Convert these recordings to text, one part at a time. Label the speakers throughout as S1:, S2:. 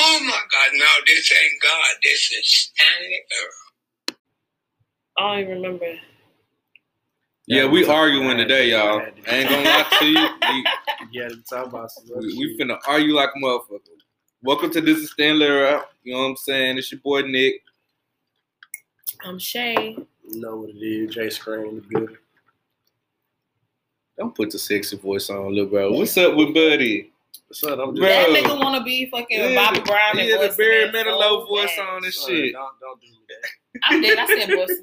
S1: Oh my God, no, this ain't God. This is standard error. I don't even remember.
S2: Yeah, we arguing today, y'all. I ain't gonna lie to you. We,
S3: Yeah, the top boss is up.
S2: we, we finna argue like a motherfucker. Welcome to This is Stan Lera. You know what I'm saying? It's your boy Nick.
S1: I'm Shay.
S3: You know what it is. J Screen, the building.
S2: Don't put the sexy voice on, little bro. What's up with Buddy?
S3: What's up? I'm just
S2: Bro.
S1: That nigga wanna be fucking Bobby Brown and
S2: yeah,
S1: Boy
S2: the Barry
S1: Smith
S2: Manilow
S1: so
S2: voice
S1: bad.
S2: on and
S3: Son,
S2: shit.
S3: Don't, don't do me that.
S1: I'm dead. I said Boy Smith.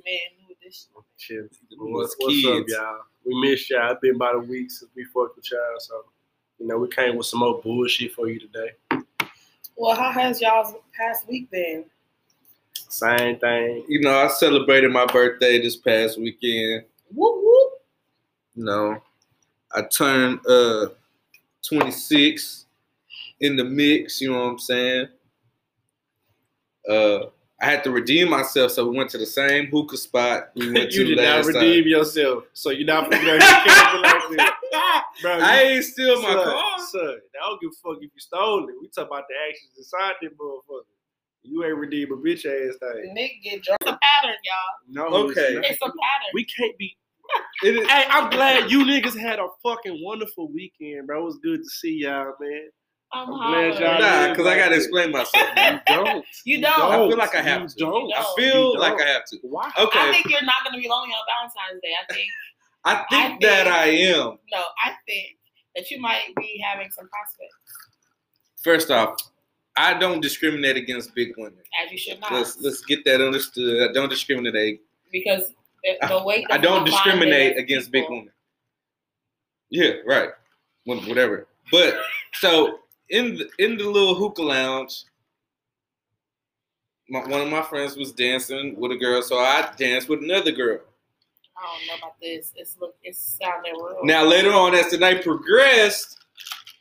S1: Who this?
S3: Shit.
S2: Them
S3: What,
S2: was
S3: what's up,
S2: kids.
S3: y'all? We missed y'all. It's been about a week since we fucked with y'all, so you know we came with some more bullshit for you today.
S1: Well, how has y'all's past week been?
S3: Same thing.
S2: You know, I celebrated my birthday this past weekend.
S1: Whoop whoop.
S2: You know, I turned uh 26 in the mix, you know what I'm saying? Uh I had to redeem myself, so we went to the same hookah spot we went to
S3: you did not
S2: last
S3: redeem
S2: time.
S3: yourself, so you're not fucking out your character like that, bro.
S2: I
S3: you-
S2: ain't steal my
S3: son,
S2: car.
S3: son, I don't give a fuck if you stole it. We talk about the actions inside that motherfucker. You ain't redeem a bitch ass thing.
S1: Nick get drunk. It's a pattern, y'all.
S3: No,
S2: Okay.
S3: it's not.
S1: It's a pattern.
S3: We can't be.
S2: It is,
S3: Hey, I'm glad you niggas had a fucking wonderful weekend, bro. It was good to see y'all, man.
S1: I'm,
S3: I'm
S1: hollering.
S3: glad y'all-
S2: nah, because I gotta explain myself. man.
S3: You don't.
S1: You don't.
S2: I feel like I have
S3: You
S2: to.
S3: don't.
S2: I
S1: No, you
S2: feel
S3: don't.
S2: like I have to.
S3: Why?
S1: I
S2: Okay,
S1: think you're not gonna be lonely on Valentine's Day. I think
S2: I
S1: I
S2: think that I am.
S1: no, I think that you might be having some prospect
S2: First off, I don't discriminate against big women.
S1: as you should not,
S2: Let's let's get that understood. I don't discriminate.
S1: because the, the weight.
S2: I
S1: does
S2: don't
S1: not bind
S2: discriminate
S1: them as
S2: against big
S1: people.
S2: women. Yeah, right. Wh- Whatever. But so in the, in the little hookah lounge, my, one of my friends was dancing with a girl, so I danced with another girl.
S1: I don't know about this. It's look. It's sounding real.
S2: Now later on, as the night progressed,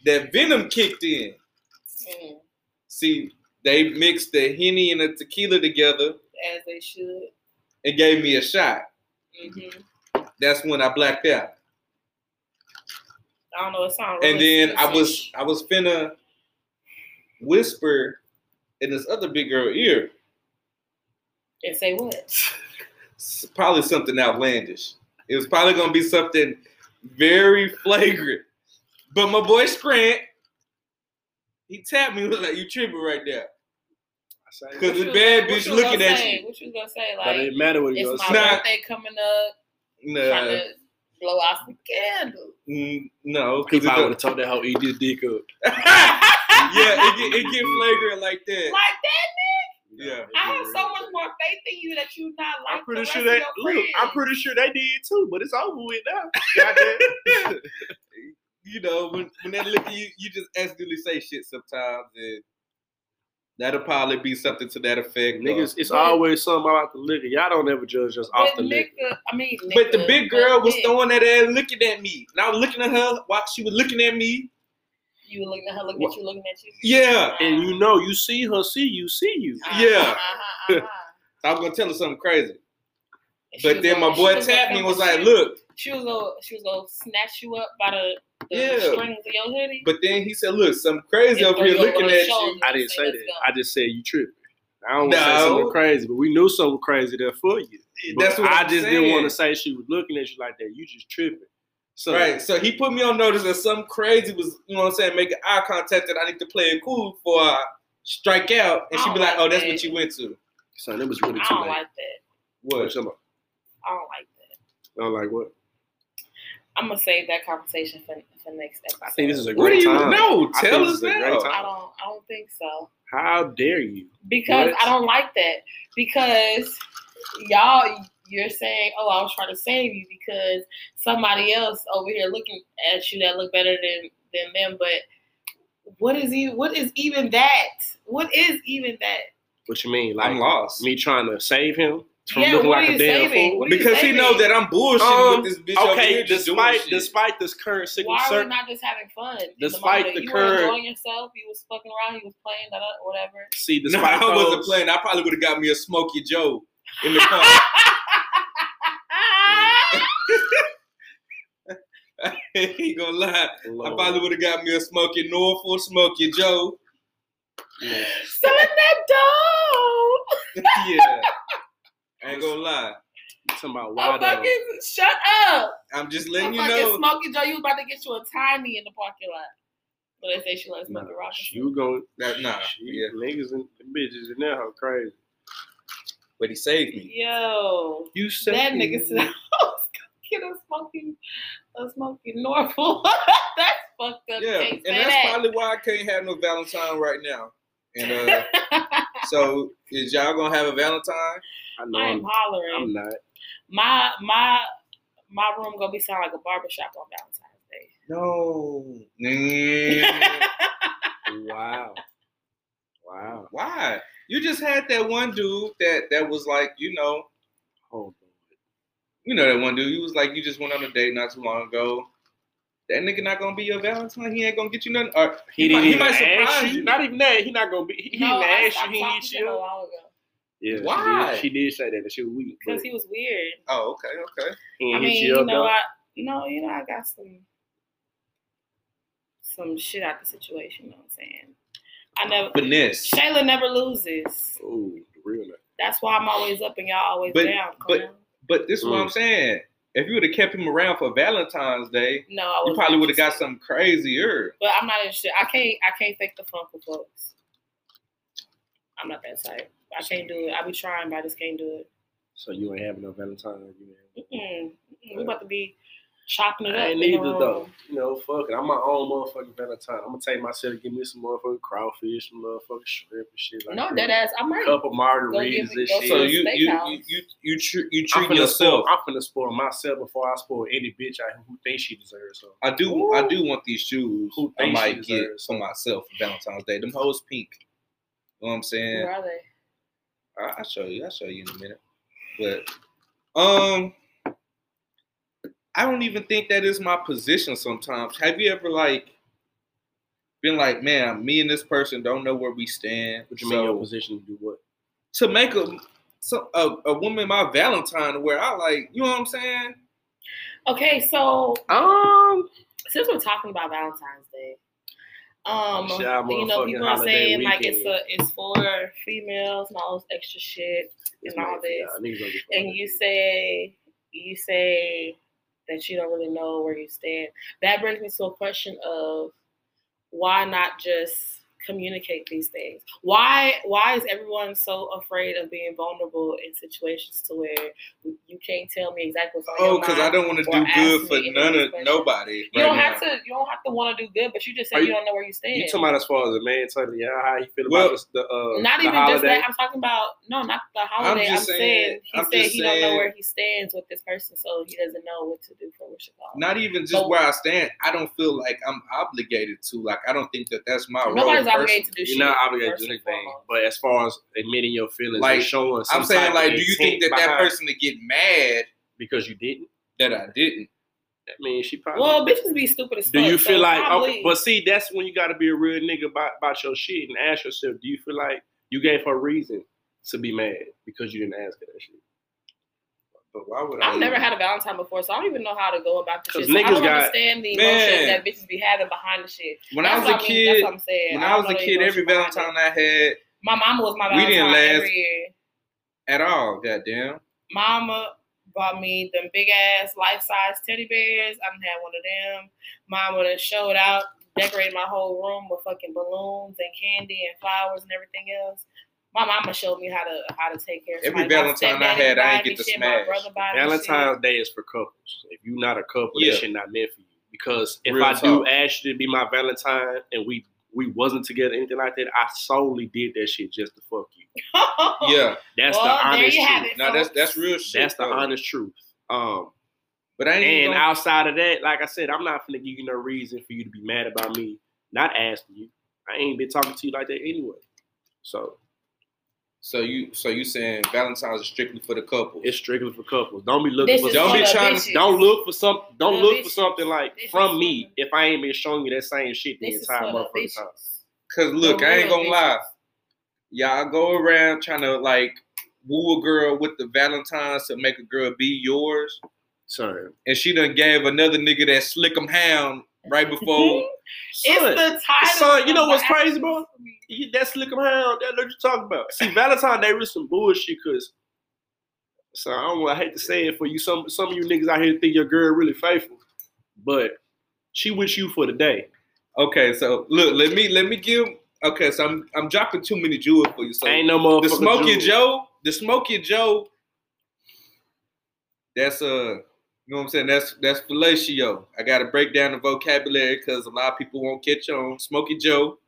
S2: that venom kicked in.
S1: Mm,
S2: See, they mixed the henny and the tequila together
S1: as they should.
S2: and gave me a shot.
S1: hmm
S2: That's when I blacked out.
S1: I don't know. It sounds.
S2: And then I was I was finna whisper in this other big girl ear,
S1: and say what?
S2: s- probably something outlandish. It was probably gonna be something very flagrant. But my boy Scrant, he tapped me he was like, "You tripping right there?"
S3: Say
S2: Cause
S3: it.
S1: What
S2: the
S1: you-
S2: bad
S1: what
S2: bitch
S1: you was
S2: looking
S1: gonna
S2: at
S1: say?
S2: you.
S1: What you was gonna say?
S3: But
S1: Like
S3: it matter what you
S1: it's
S3: gonna
S1: my
S3: say.
S2: Nah.
S1: birthday coming up. Trying
S2: No,
S1: to blow out some candles.
S2: n- no,
S3: He
S2: because
S3: probably would have told that hoe eat this dick up.
S2: yeah, it get, it get flagrant like
S1: Like
S2: that.
S1: that.
S2: Yeah.
S1: I have so much more faith in you that you not like.
S3: I'm pretty
S1: the
S3: sure
S1: rest
S3: that
S1: of your
S3: look. I'm
S1: friends.
S3: pretty sure they did too, but it's over with now. Goddamn.
S2: You know, when when they look at you, you just accidentally say shit sometimes, and that'll probably be something to that effect. or-
S3: Niggas, it's always something about the liquor. Y'all don't ever judge us off
S1: But
S3: the liquor.
S1: nigga, I mean, nigga,
S2: But the big girl was
S1: nigga,
S2: throwing that ass looking at me. And I was looking at her while she was looking at me.
S1: You were looking at her, looking
S2: What?
S1: at you, looking at you.
S2: Yeah.
S3: And you know, you see her, see you, see you.
S1: Uh-huh,
S2: yeah.
S1: uh-huh, uh-huh.
S2: I was gonna tell her something crazy.
S1: And she
S2: But
S1: was
S2: then my
S1: gonna- she
S2: boy
S1: gonna
S2: tapped me
S1: come
S2: and was
S1: to
S2: like,
S1: you.
S2: look.
S1: she was gonna, she was gonna snatch you up by the, the
S2: Yeah.
S1: strings of your hoodie.
S2: But then he said, look, some crazy
S1: and
S2: over
S1: throw
S2: here
S1: you over
S2: looking
S1: her
S2: at you.
S1: shoulder
S3: I
S1: and
S3: didn't say
S1: "Let's
S3: that.
S1: go."
S3: I just said you tripping. I don't want to say
S2: No.
S3: something crazy, but we knew something crazy there for you. But
S2: That's what
S3: I
S2: I'm
S3: just didn't
S2: saying.
S3: want to say she was looking at you like that. You just tripping. So
S2: Right. So he put me on notice that some crazy was, you know what I'm saying, making eye contact that I need to play it cool before I strike out. And she'd be
S1: I
S2: like,
S1: don't
S2: oh,
S1: like
S2: that's
S1: that.
S2: what you went to.
S3: son, it was really
S1: I
S3: too
S1: don't
S3: late.
S1: like that.
S2: What?
S3: Chill out.
S1: I don't like that.
S3: I was like, what?
S1: I'm gonna save that conversation for, for next
S3: I
S1: episode.
S3: think this is a
S2: What do
S3: great
S2: you
S3: time.
S2: know?
S3: I
S2: Tell
S3: think
S2: us
S3: it's a great
S2: now.
S3: time.
S1: I don't. I don't think so
S3: How dare you?
S1: because
S3: What?
S1: I don't like that because y'all. You're saying, "Oh, I was trying to save you because somebody else over here looking at you that look better than than them." But what is even what is even that? What is even that?
S3: What you mean? Like
S2: I'm lost.
S3: me trying to save him from
S1: Yeah,
S3: looking
S1: what
S3: like
S1: are
S3: a
S1: you
S3: damn
S1: saving?
S3: fool?
S1: What are you
S2: Because he
S1: saving?
S2: knows that I'm bullshitting
S3: Um,
S2: with this bitch over
S3: Okay,
S2: here. Just
S3: despite
S2: doing shit.
S3: despite this current sickle
S1: Why are we
S3: cir-
S1: not just having fun? In
S3: Despite
S1: moment,
S3: the
S1: you
S3: current-
S1: were enjoying yourself, you was fucking around, you was playing, da, da, whatever.
S3: see
S2: No,
S3: despite
S2: I wasn't
S3: those-
S2: playing. I probably would have got me a Smokey Joe in the car. I ain't gonna lie. I
S3: Lord.
S2: probably would have got me a Smokey Norfolk, Smokey Joe. Yeah.
S1: Selling that dope.
S2: yeah. I ain't gonna lie.
S3: You talking about
S1: Oh,
S3: why though?
S1: fucking, shut up.
S2: I'm just
S1: i
S2: letting you
S1: fucking
S2: know.
S1: Smokey Joe, you was about to get you a tiny in the parking lot. But they say she loves
S3: Nah,
S1: Smokey Rock.
S3: You going
S2: That, nah, yeah.
S3: niggas and bitches in there, how crazy.
S2: But he saved me.
S1: Yo,
S3: You said
S1: that nigga said, I was gonna get a Smokey, a Smokey Norfolk. that's fucked up.
S2: Yeah,
S1: Can't
S2: and
S1: say
S2: that's
S1: that.
S2: probably why I can't have no Valentine right now. And uh, so, is y'all gonna have a Valentine?
S3: I know
S1: I'm
S3: I'm,
S1: hollering.
S3: I'm not.
S1: my my my room gonna be sound like a barbershop on Valentine's Day.
S2: No. Mm.
S3: Wow. Wow.
S2: why? You just had that one dude that that was like, you know,
S3: Hold
S2: you know that one dude. He was like, you just went on a date not too long ago. That nigga not gonna be your Valentine. He ain't gonna get you nothing. Or
S3: He, didn't
S2: might- he
S3: even
S2: might
S3: ask
S2: surprise
S3: you.
S2: you.
S3: Not even that. He not gonna be. He, he
S1: No,
S3: didn't
S1: I
S3: ask you.
S1: stopped
S3: He
S1: talking
S3: hit
S1: to him a
S3: you.
S1: while ago
S3: Yeah.
S2: Why?
S3: She did, she did say that, that she was weak.
S1: because
S3: But
S1: he was weird.
S2: oh, okay, okay.
S3: he ain't
S1: I
S3: hit
S1: mean,
S3: you
S1: you
S3: up
S1: know,
S3: though.
S1: I no, you know, I got some some shit out the situation. You know what I'm saying? I never.
S2: Finesse.
S1: Shayla never loses.
S3: Ooh, the real nut.
S1: That's why I'm always up and y'all always
S2: But-
S1: down.
S2: but-
S1: clown.
S2: But this is what
S3: Mm.
S2: I'm saying. If you would have kept him around for Valentine's Day,
S1: no, I
S2: you
S1: was
S2: probably would have got something crazier.
S1: But I'm not interested. I can't. I can't fake the funk with folks. I'm not that type. I can't do it. I be trying, but I just can't do it.
S3: So you ain't having no Valentine. You ain't.
S1: Mm-mm. Mm-mm. Mm, We about to be chopping it up.
S3: I ain't
S1: in the
S3: either
S1: room.
S3: though. You know, fuck it. I'm my own motherfucking Valentine. I'm gonna take myself and give me some motherfucking crawfish, some motherfucking shrimp and shit like
S1: No,
S3: that.
S1: dead ass. I
S3: A
S1: might.
S3: couple
S1: give
S3: margaritas
S1: me-
S3: and
S1: go
S3: shit.
S2: So you you you
S1: Steakhouse.
S2: you you, tr- you
S3: I'm
S2: treat
S3: finna
S2: yourself.
S3: Spoil, I'm finna spoil myself before I spoil any bitch out here who thinks she deserves something.
S2: I do I do want these shoes.
S3: Who
S2: I
S3: thinks she
S2: might get
S3: deserves
S2: for myself for Valentine's Day. Them hoes pink. You know what I'm saying?
S1: Where are they?
S2: I, I'll show you. I'll show you in a minute. But um, I don't even think that is my position. Sometimes, have you ever like been like, man, me and this person don't know where we stand.
S3: What you mean your
S2: so-
S3: position to do what?
S2: to make a so a, a woman my Valentine where I like, you know what I'm saying?
S1: Okay, so
S3: Um,
S1: since we're talking about Valentine's Day, um,
S3: Shit, our
S1: you know,
S3: motherfucking
S1: people are
S3: holiday
S1: saying like it's
S3: weekend.
S1: a it's for females and all this extra shit,
S3: it's
S1: And all
S3: not-
S1: this.
S3: yeah, niggas don't give a
S1: and
S3: fuck.
S1: you say you say that you don't really know where you stand. That brings me to a question of why not just communicate these things? Why why is everyone so afraid of being vulnerable in situations to where you can't tell me exactly what's on
S2: Oh,
S1: your
S2: because
S1: mind?
S2: I don't want to
S1: or
S2: do
S1: ask
S2: good
S1: me
S2: for
S1: any of
S2: none
S1: these
S2: of
S1: questions.
S2: nobody.
S1: you
S2: right
S1: don't
S2: now.
S1: have to you don't have to want to do good, but you just say
S3: Are
S1: you,
S3: you-
S1: don't know where you stand.
S3: You talking about as far as a man telling you how he feel
S2: Well,
S3: about this, the uh
S1: not
S3: the
S1: even
S3: holiday?
S1: just that. I'm talking about no, not the holiday. I'm,
S2: just
S1: saying,
S2: saying-
S1: he
S2: I'm
S1: said
S2: just
S1: he don't know
S2: saying-
S1: where he stands with this person, so he doesn't know what to do for what should call.
S2: Not even just
S1: So-
S2: where I stand. I don't feel like I'm obligated to. Like I don't think that that's my role.
S1: Nobody's obligated
S2: personally.
S1: to do shit.
S3: You're not obligated
S1: first
S3: to do
S1: and
S3: anything,
S1: foremost.
S3: but as far as admitting your feelings,
S2: Like,
S3: and showing some
S2: I'm saying
S3: type of
S2: like, do you think that
S3: intent
S2: that
S3: behind-
S2: person to get mad
S3: because you didn't?
S2: that I didn't?
S3: That means she probably.
S1: Well, bitches be stupid as
S3: do
S1: fuck,
S3: you
S1: so
S3: feel like?
S1: probably-
S3: Okay, but see, that's when you got to be a real nigga about, about your shit and ask yourself: Do you feel like you gave her a reason to be mad because you didn't ask her that shit?
S2: But why would I?
S1: I've never had a Valentine before, so I don't even know how to go about this
S3: 'Cause
S1: shit. So I
S3: niggas
S1: don't
S3: got-
S1: understand the
S2: Man.
S1: emotions that bitches be having behind the shit.
S2: When I
S1: that's
S2: was a
S1: what I mean, that's
S2: kid,
S1: what I'm saying.
S2: when
S1: I
S2: I was
S1: don't
S2: a
S1: know the
S2: kid, every
S1: emotion behind it.
S2: Valentine I had
S1: my mama was my
S2: We
S1: Valentine
S2: didn't last-
S1: every year.
S2: at all. Goddamn.
S1: Mama bought me them big ass life size teddy bears. I done had one of them. Mama done showed out, decorated my whole room with fucking balloons and candy and flowers and everything else. My mama showed me how to how to take care of
S2: Every
S1: somebody. My
S2: Valentine I
S1: stepdaddy
S2: had, I
S1: buy
S2: ain't
S1: me
S2: get to
S1: shit,
S2: smash.
S1: My brother buy me
S3: Valentine's Day is for couples. If you're not a couple,
S2: Yeah.
S3: that shit not meant for you. Because if
S2: Real
S3: I do
S2: talk.
S3: ask you to be my Valentine and we we wasn't together, anything like that, I solely did that shit just to fuck you.
S1: shit.
S2: Yeah.
S3: That's
S1: Well,
S3: the
S1: there
S3: honest
S1: you
S3: truth.
S1: have it.
S2: No, that's that's real shit.
S3: That's the
S2: though.
S3: honest truth. Um,
S2: But I ain't even
S3: and
S2: gonna-
S3: outside of that, like I said, I'm not gonna give you no reason for you to be mad about me not asking you. I ain't been talking to you like that anyway. So
S2: So you so you saying Valentine's is strictly for the couple?
S3: it's strictly for couples. Don't be looking
S1: This
S3: for
S1: is
S2: Don't
S1: for
S2: be
S1: the
S2: trying to-
S1: bitches.
S3: Don't look for some. Don't
S1: The
S3: look for
S1: bitches.
S3: something like
S1: This is
S3: from me
S1: for
S3: if I ain't been showing you that same shit the
S1: This is
S3: entire
S1: for the
S3: motherfucking time.
S1: bitches.
S2: Cause look,
S1: The
S2: I ain't
S1: real
S2: gonna
S1: bitches.
S2: lie. Y'all go around trying to like woo a girl with the Valentine's to make a girl be yours,
S3: Sorry,
S2: and she done gave another nigga that slick 'em hound right before.
S3: Son,
S1: It's the title.
S3: son, you know
S1: of
S3: what's
S1: my
S3: crazy, bro?
S1: album.
S3: you- that slick 'em hound, that what you talking about. See, Valentine Day really some bullshit, cause so I don't wanna- I hate to say it for you. Some some of you niggas out here think your girl really faithful, but she with you for the day.
S2: Okay, so look, let me let me give. Okay, so I'm I'm dropping too many jewels for you. So
S3: Ain't no motherfucker.
S2: the Smokey
S3: Jew.
S2: Joe, the Smokey Joe. That's uh, you know what I'm saying. That's that's fellatio. I got to break down the vocabulary because a lot of people won't catch on. Smokey Joe.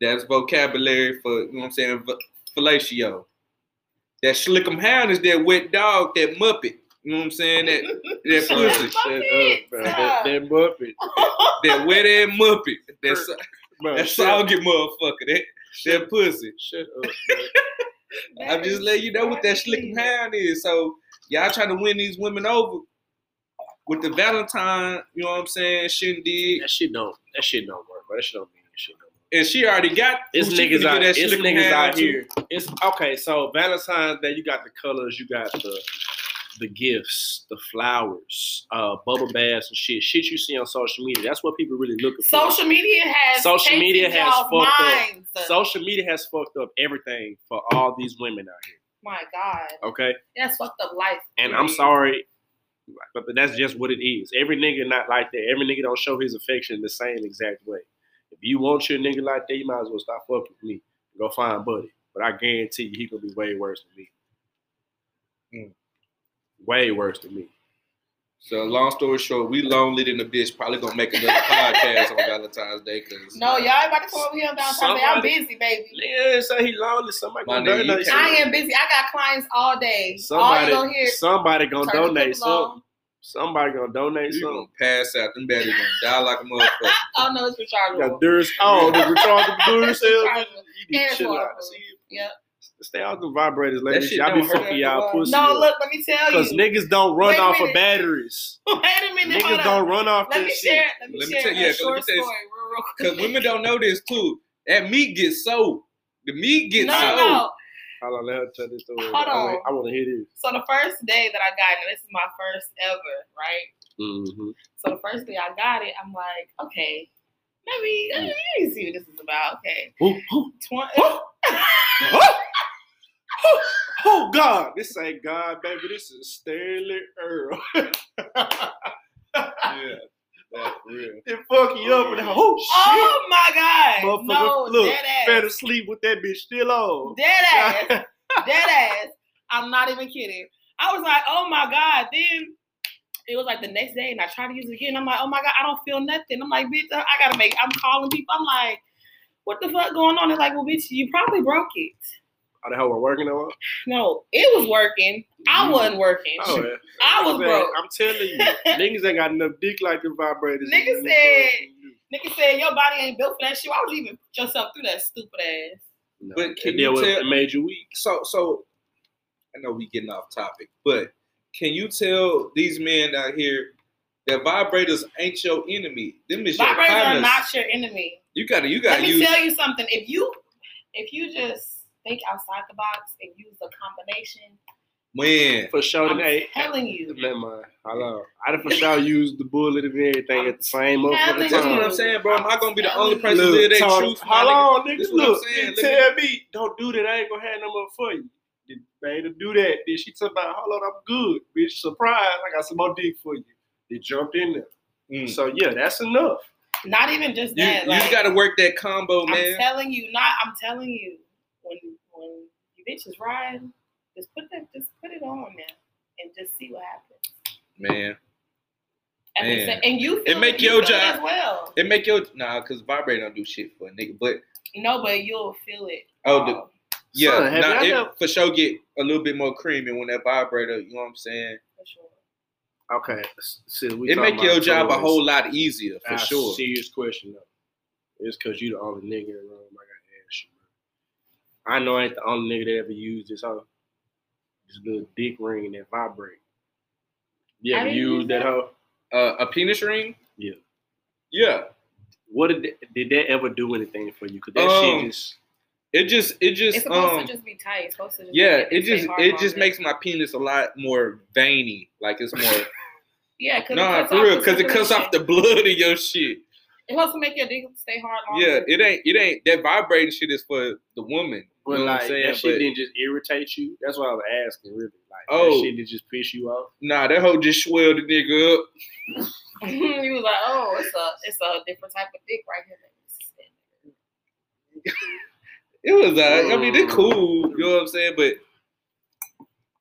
S2: That's vocabulary for you know what I'm saying. v- Fellatio. That Schlickum Hound is that wet dog, that Muppet. You know what I'm saying? That that
S1: Shut
S2: pussy,
S1: up.
S3: Shut up, bro. That, that Muppet.
S2: that wet ass Muppet. That's
S3: Bro,
S2: that
S3: shut, up.
S2: soggy motherfucker. That that pussy.
S3: shut up, bro.
S2: I'm just letting you know what that slick hound is. So y'all trying to win these women over with the Valentine, you know what I'm saying? Shindig,
S3: That shit don't that shit don't work, bro. That shit don't mean shit. no more.
S2: and she already got.
S3: It's
S2: who she
S3: niggas
S2: finna
S3: out.
S2: give that
S3: It's
S2: slick
S3: niggas
S2: hound
S3: out
S2: to.
S3: here. It's okay. So Valentine's Day, you got the colors, you got the the gifts, the flowers, uh, bubble baths and shit. Shit you see on social media. That's what people really looking for.
S1: Social media has
S3: Social
S1: taken
S3: media has
S1: y'all's
S3: fucked up.
S1: minds.
S3: Social media has fucked up everything for all these women out here.
S1: My God,
S3: Okay,
S1: that's fucked up life.
S3: and I'm
S1: period.
S2: Mm-hmm.
S3: sorry, but but that's just what it is. Every nigga not like that. Every nigga don't show his affection the same exact way. If you want your nigga like that, you might as well stop fucking with me. Go find buddy. But I guarantee you, he gonna be way worse than me.
S2: Mm.
S3: Way worse than me.
S2: So long story short, we lonely than a bitch. Probably gonna make another podcast on Valentine's Day because
S1: No, y'all ain't about to come over here on Valentine's Day. I'm
S3: Somebody-
S1: busy, baby.
S3: Nigga didn't say he lonely. Somebody
S2: My
S3: gonna
S2: nigga, you
S3: donate.
S2: can't-
S1: I
S3: some-
S1: am busy. I got clients all day. all
S3: Somebody,
S1: you gonna hear is
S3: somebody gonna
S1: turn the
S3: donate
S1: people on.
S3: some. Somebody gonna donate
S2: you
S3: some.
S2: gonna pass out. Them baddies gonna die like a motherfucker.
S1: Oh no, it's Richard.
S3: Got Durs. Oh, the retarded Durs. You
S1: Richard.
S3: be
S1: Hair
S3: chilling
S1: water.
S3: out. See,
S1: Yep.
S3: Stay off the vibrators, ladies.
S2: shit
S3: Y'all be
S2: don't hurt
S3: fucking y'all
S2: nobody.
S3: pussy.
S1: No, look, let me tell
S3: Because
S1: you.
S3: niggas don't run
S1: Wait a
S3: off of
S1: minute.
S3: batteries.
S1: Wait a minute, hold
S3: Niggas
S1: on.
S3: don't run off
S1: Let
S3: that
S1: me
S3: shit.
S1: share. Let me
S2: Let me
S1: share
S2: tell- yeah,
S1: a
S2: let me
S1: short
S2: tell you-
S1: story real, real quick.
S2: Because women don't know this too. That meat gets sold. The meat gets
S1: No,
S2: sold.
S1: no.
S3: Hold on, let her tell this story.
S1: Hold
S3: I
S1: on.
S3: wanna- I want to hear this.
S1: So the first day that I got it, this is my first ever, right?
S3: Mm-hmm.
S1: So the first day I got it, I'm like, okay, let me, let
S3: Mm.
S1: me see what this is about. Okay.
S3: Oh, oh,
S1: Tw-
S3: oh, oh, oh, oh, God. This ain't God, baby. This is Stanley Earl.
S2: Yeah, that's real.
S3: it fuck you up. And, oh, shit.
S1: oh my God.
S3: Motherfucker,
S1: No,
S3: look,
S1: dead ass.
S3: Better sleep with that bitch still on.
S1: Dead ass. dead ass. I'm not even kidding. I was like, oh my God. Then it was like the next day, and I tried to use it again. I'm like, oh my God, I don't feel nothing. I'm like, bitch, I I gotta make. I'm calling people. I'm like, what the fuck going on? They're like, well, bitch, you probably broke it.
S3: Are the hell we're working on?
S1: No, it was working. I wasn't working.
S3: Oh, yeah.
S1: I was
S3: Man,
S1: broke.
S3: I'm telling you, niggas ain't got enough dick like the vibrators.
S1: Niggas said- Nigga said your body ain't built for that shit. Why would you even put yourself through that stupid ass?
S3: No,
S2: But can
S3: it
S2: you
S3: deal with
S2: tell-
S3: it made you weak.
S2: so so I know we getting off topic, but can you tell these men out here that vibrators ain't your enemy? Them is your
S1: Vibrators are
S2: partners.
S1: not your enemy.
S2: you gotta you
S1: Let
S2: gotta
S1: me
S2: use
S1: tell you something. If you if you just think outside the box and use a combination,
S2: when
S3: For sure,
S1: I'm
S3: hey,
S1: telling you.
S3: never mind. Hello, I done for sure used the bullet and everything at the same motherfucking
S1: telling
S2: that's what
S1: you.
S3: time.
S2: I'm saying, bro. Am I gonna be the only
S1: Look,
S2: person to live that
S3: Tony,
S2: truth? my nigga?
S3: Hold on,
S2: This
S3: niggas.
S2: is what I'm
S3: Look,
S2: saying.
S3: you
S2: Let
S3: tell me, don't do that. I ain't gonna have no more for you. Then They ain't do that. Then she talking about, hold on, I'm good, bitch. Surprise, I got some more dick for you. They jumped in there.
S2: Mm.
S3: So yeah, that's enough.
S1: Not even just
S2: You,
S1: that. like,
S2: you gotta work that combo,
S1: I'm
S2: man.
S1: telling you, not I'm telling you, when when you bitches ride, just put that just put it on now and just see what happens.
S2: man,
S1: And, it's-
S2: Man.
S1: and you feel
S2: make
S1: you
S2: your
S1: feel it
S2: job-
S1: as well.
S2: it make your nah, cause vibrator don't do shit for a nigga. But
S1: No, but you'll feel it.
S2: Oh, the-
S1: Um,
S2: yeah,
S3: Son, have
S2: nah,
S3: y'all
S2: it
S3: ever-
S2: for sure get a little bit more creamy when that vibrator. You know what I'm saying?
S1: for sure.
S3: Okay, s- since we
S2: It
S3: talking
S2: make your
S3: about
S2: job a
S3: toys,
S2: whole lot easier for
S3: I
S2: sure.
S3: Serious question though, it's because you the only nigga in the room. I gotta ask you. bro. I know I ain't the only nigga that ever used this hoe, this little dick ring that vibrate. You
S1: I
S3: ever
S1: didn't
S3: used
S1: use
S3: that
S1: that.
S3: hoe?
S2: Uh, a penis ring?
S3: Yeah.
S2: Yeah.
S3: What did that, did that ever do anything for you? Cause that
S2: Um,
S3: shit just
S2: It just it
S1: It's
S2: just
S1: supposed
S2: um
S1: to just be tight. It's supposed to just
S2: yeah,
S1: make
S2: it
S1: stay
S2: just
S1: hard
S2: it just
S1: longer.
S2: makes my penis a lot more veiny. Like it's more
S1: Yeah, cause
S2: Nah,
S1: cuts
S2: for
S1: off
S2: real, because it cuts
S1: circulation.
S2: off the blood in your shit.
S1: It helps to make your dick stay hard longer.
S2: Yeah, it ain't it ain't that vibrating shit is for the woman. You
S3: But
S2: know
S3: like
S2: what I'm saying?
S3: that shit
S2: But-
S3: didn't just irritate you. That's what I was asking, really. Like that
S2: Oh.
S3: shit didn't just piss you off.
S2: nah, that hoe just swelled the nigga up.
S1: you was like, oh, it's a it's a different type of dick right here.
S2: It was uh, I mean, they cool. You know what I'm saying? But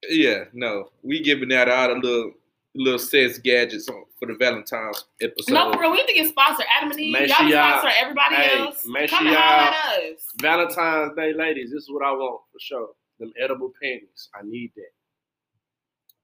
S2: yeah, no, we giving out all the little little sex gadgets on, for the Valentine's episode.
S1: no, for real, we need to get sponsored. Adam and Eve,
S3: Make
S1: y'all
S3: sure
S1: can
S3: y'all-
S1: sponsor everybody
S3: hey,
S1: else.
S3: make
S1: Come
S3: sure
S1: and
S3: y'all-
S1: holler at us.
S3: Valentine's Day, ladies, this is what I want for sure. Them edible panties, I need that.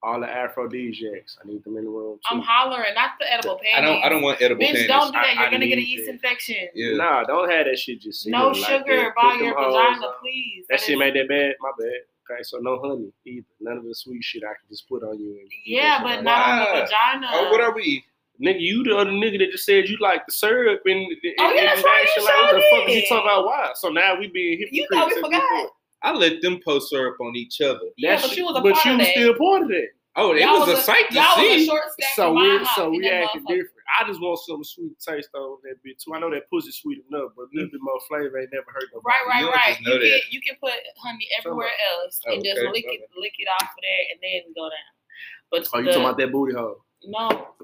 S3: All the aphrodisiacs, I need them in the room too.
S1: I'm hollering, not the edible panties.
S2: I don't I don't want edible
S1: Bitch,
S2: panties.
S1: don't do that.
S3: I-
S1: You're
S3: I
S1: gonna get an
S3: need
S1: yeast
S3: that.
S1: infection.
S2: Yeah.
S3: Nah, don't have that shit just sitting
S1: No
S3: like
S1: sugar
S3: that.
S1: by
S3: Put
S1: your
S3: them hoes
S1: vagina,
S3: on.
S1: please.
S3: That
S1: That
S3: shit
S1: is-
S3: made that bad. My bad. Okay, so no honey either. None of the sweet shit I can just put on you. And eat that
S1: Yeah,
S3: shit
S1: but
S3: like
S1: not on the
S2: Why?
S1: vagina.
S2: Oh, what are we?
S3: Nigga, you the other nigga that just said you like the syrup and, and
S1: Oh, yeah,
S3: and
S1: that's right,
S3: shit
S1: you
S3: like, what the
S1: sure
S3: fuck is you
S1: did.
S3: talking about? Why? So now we being hypocrites.
S1: You thought we
S3: since
S1: forgot.
S3: before.
S2: I let them post syrup on each other.
S1: Yeah,
S3: That
S1: but
S3: shit-
S1: you was a
S3: but
S1: part
S3: you
S1: of that.
S3: still part of that.
S2: Oh, it
S1: Y'all
S2: was, a sight to
S1: y'all was a
S2: see.
S1: short stack
S3: So we
S1: line
S3: so
S1: up in
S3: we
S1: that
S3: acting
S1: motherfucker.
S3: different. I just want some sweet taste on that bitch too. I know that pussy sweet enough, but a little bit more flavor ain't never hurt nobody.
S1: Mm. Right, right,
S2: You don't
S1: right.
S2: just know
S1: You can,
S2: that.
S1: you can put honey everywhere else and
S2: Okay,
S1: just lick
S2: okay.
S1: it, lick it off of there, and then go down. But
S3: Oh, you
S1: the-
S3: talking about that booty hole?
S1: no?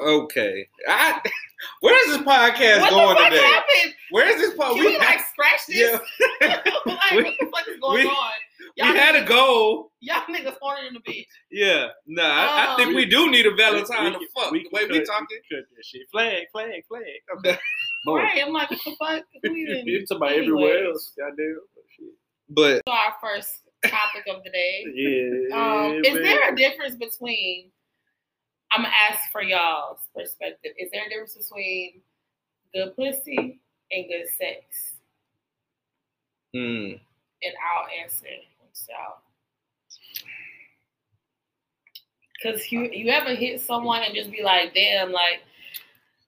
S2: Okay. I, where is this podcast
S1: What
S2: going
S1: the fuck
S2: today?
S1: happened?
S2: Where is this podcast?
S1: Can we, like scratch this?
S2: yeah,
S1: like, what the fuck is going
S2: we-
S1: on?
S2: we
S1: Y'all,
S2: had a goal.
S1: y'all niggas harder than the bitch.
S2: Yeah, nah, I, I
S1: Um,
S2: think we do need a Valentine
S3: We-
S2: to
S3: we-
S2: fuck.
S3: we
S2: the
S3: can
S2: way we
S3: cut-
S2: talking,
S3: can Cut that shit. Flag, flag, flag. Okay.
S2: Oh.
S3: Boom.
S1: Right? I'm like, what the fuck? We didn't.
S3: You talking about everywhere
S1: Anyways.
S3: else? Goddamn. Oh, Shit.
S2: but
S1: So our first topic of the day.
S3: Yeah.
S1: Um, is
S3: man.
S1: there a difference between? I'm gonna ask for y'all's perspective. Is there a difference between good pussy and good sex?
S2: mm,
S1: And I'll answer himself. Cause you you ever hit someone and just be like, damn, like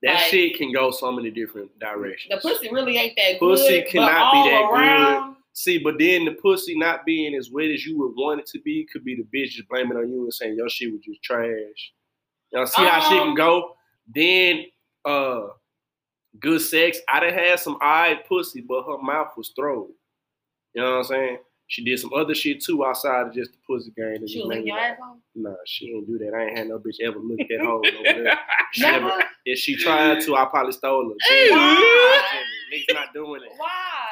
S3: that
S1: like-
S3: shit can go so many different directions?
S1: the pussy really ain't that
S3: Pussy
S1: good. but
S3: cannot be
S1: all
S3: that good.
S1: around,
S3: See, but then the pussy not being as wet as you would want it to be could be the bitch just blaming on you and saying your shit was just trash. Y'all see how shit can
S1: Um,
S3: go? Then uh good sex. I done had some eyed pussy, but her mouth was thrown. You know what I'm saying? She did some other shit too outside of just the pussy game. that
S1: She
S3: just
S1: was
S3: made
S1: licking
S3: me
S1: your
S3: like,
S1: ass off.
S3: Nah, she ain't do that. I ain't had no bitch ever look that hole over there. She
S1: Never.
S3: never- if she tried to, I probably stole her.
S2: Ew.
S1: Why?
S3: Niggas not doing it.
S1: Why?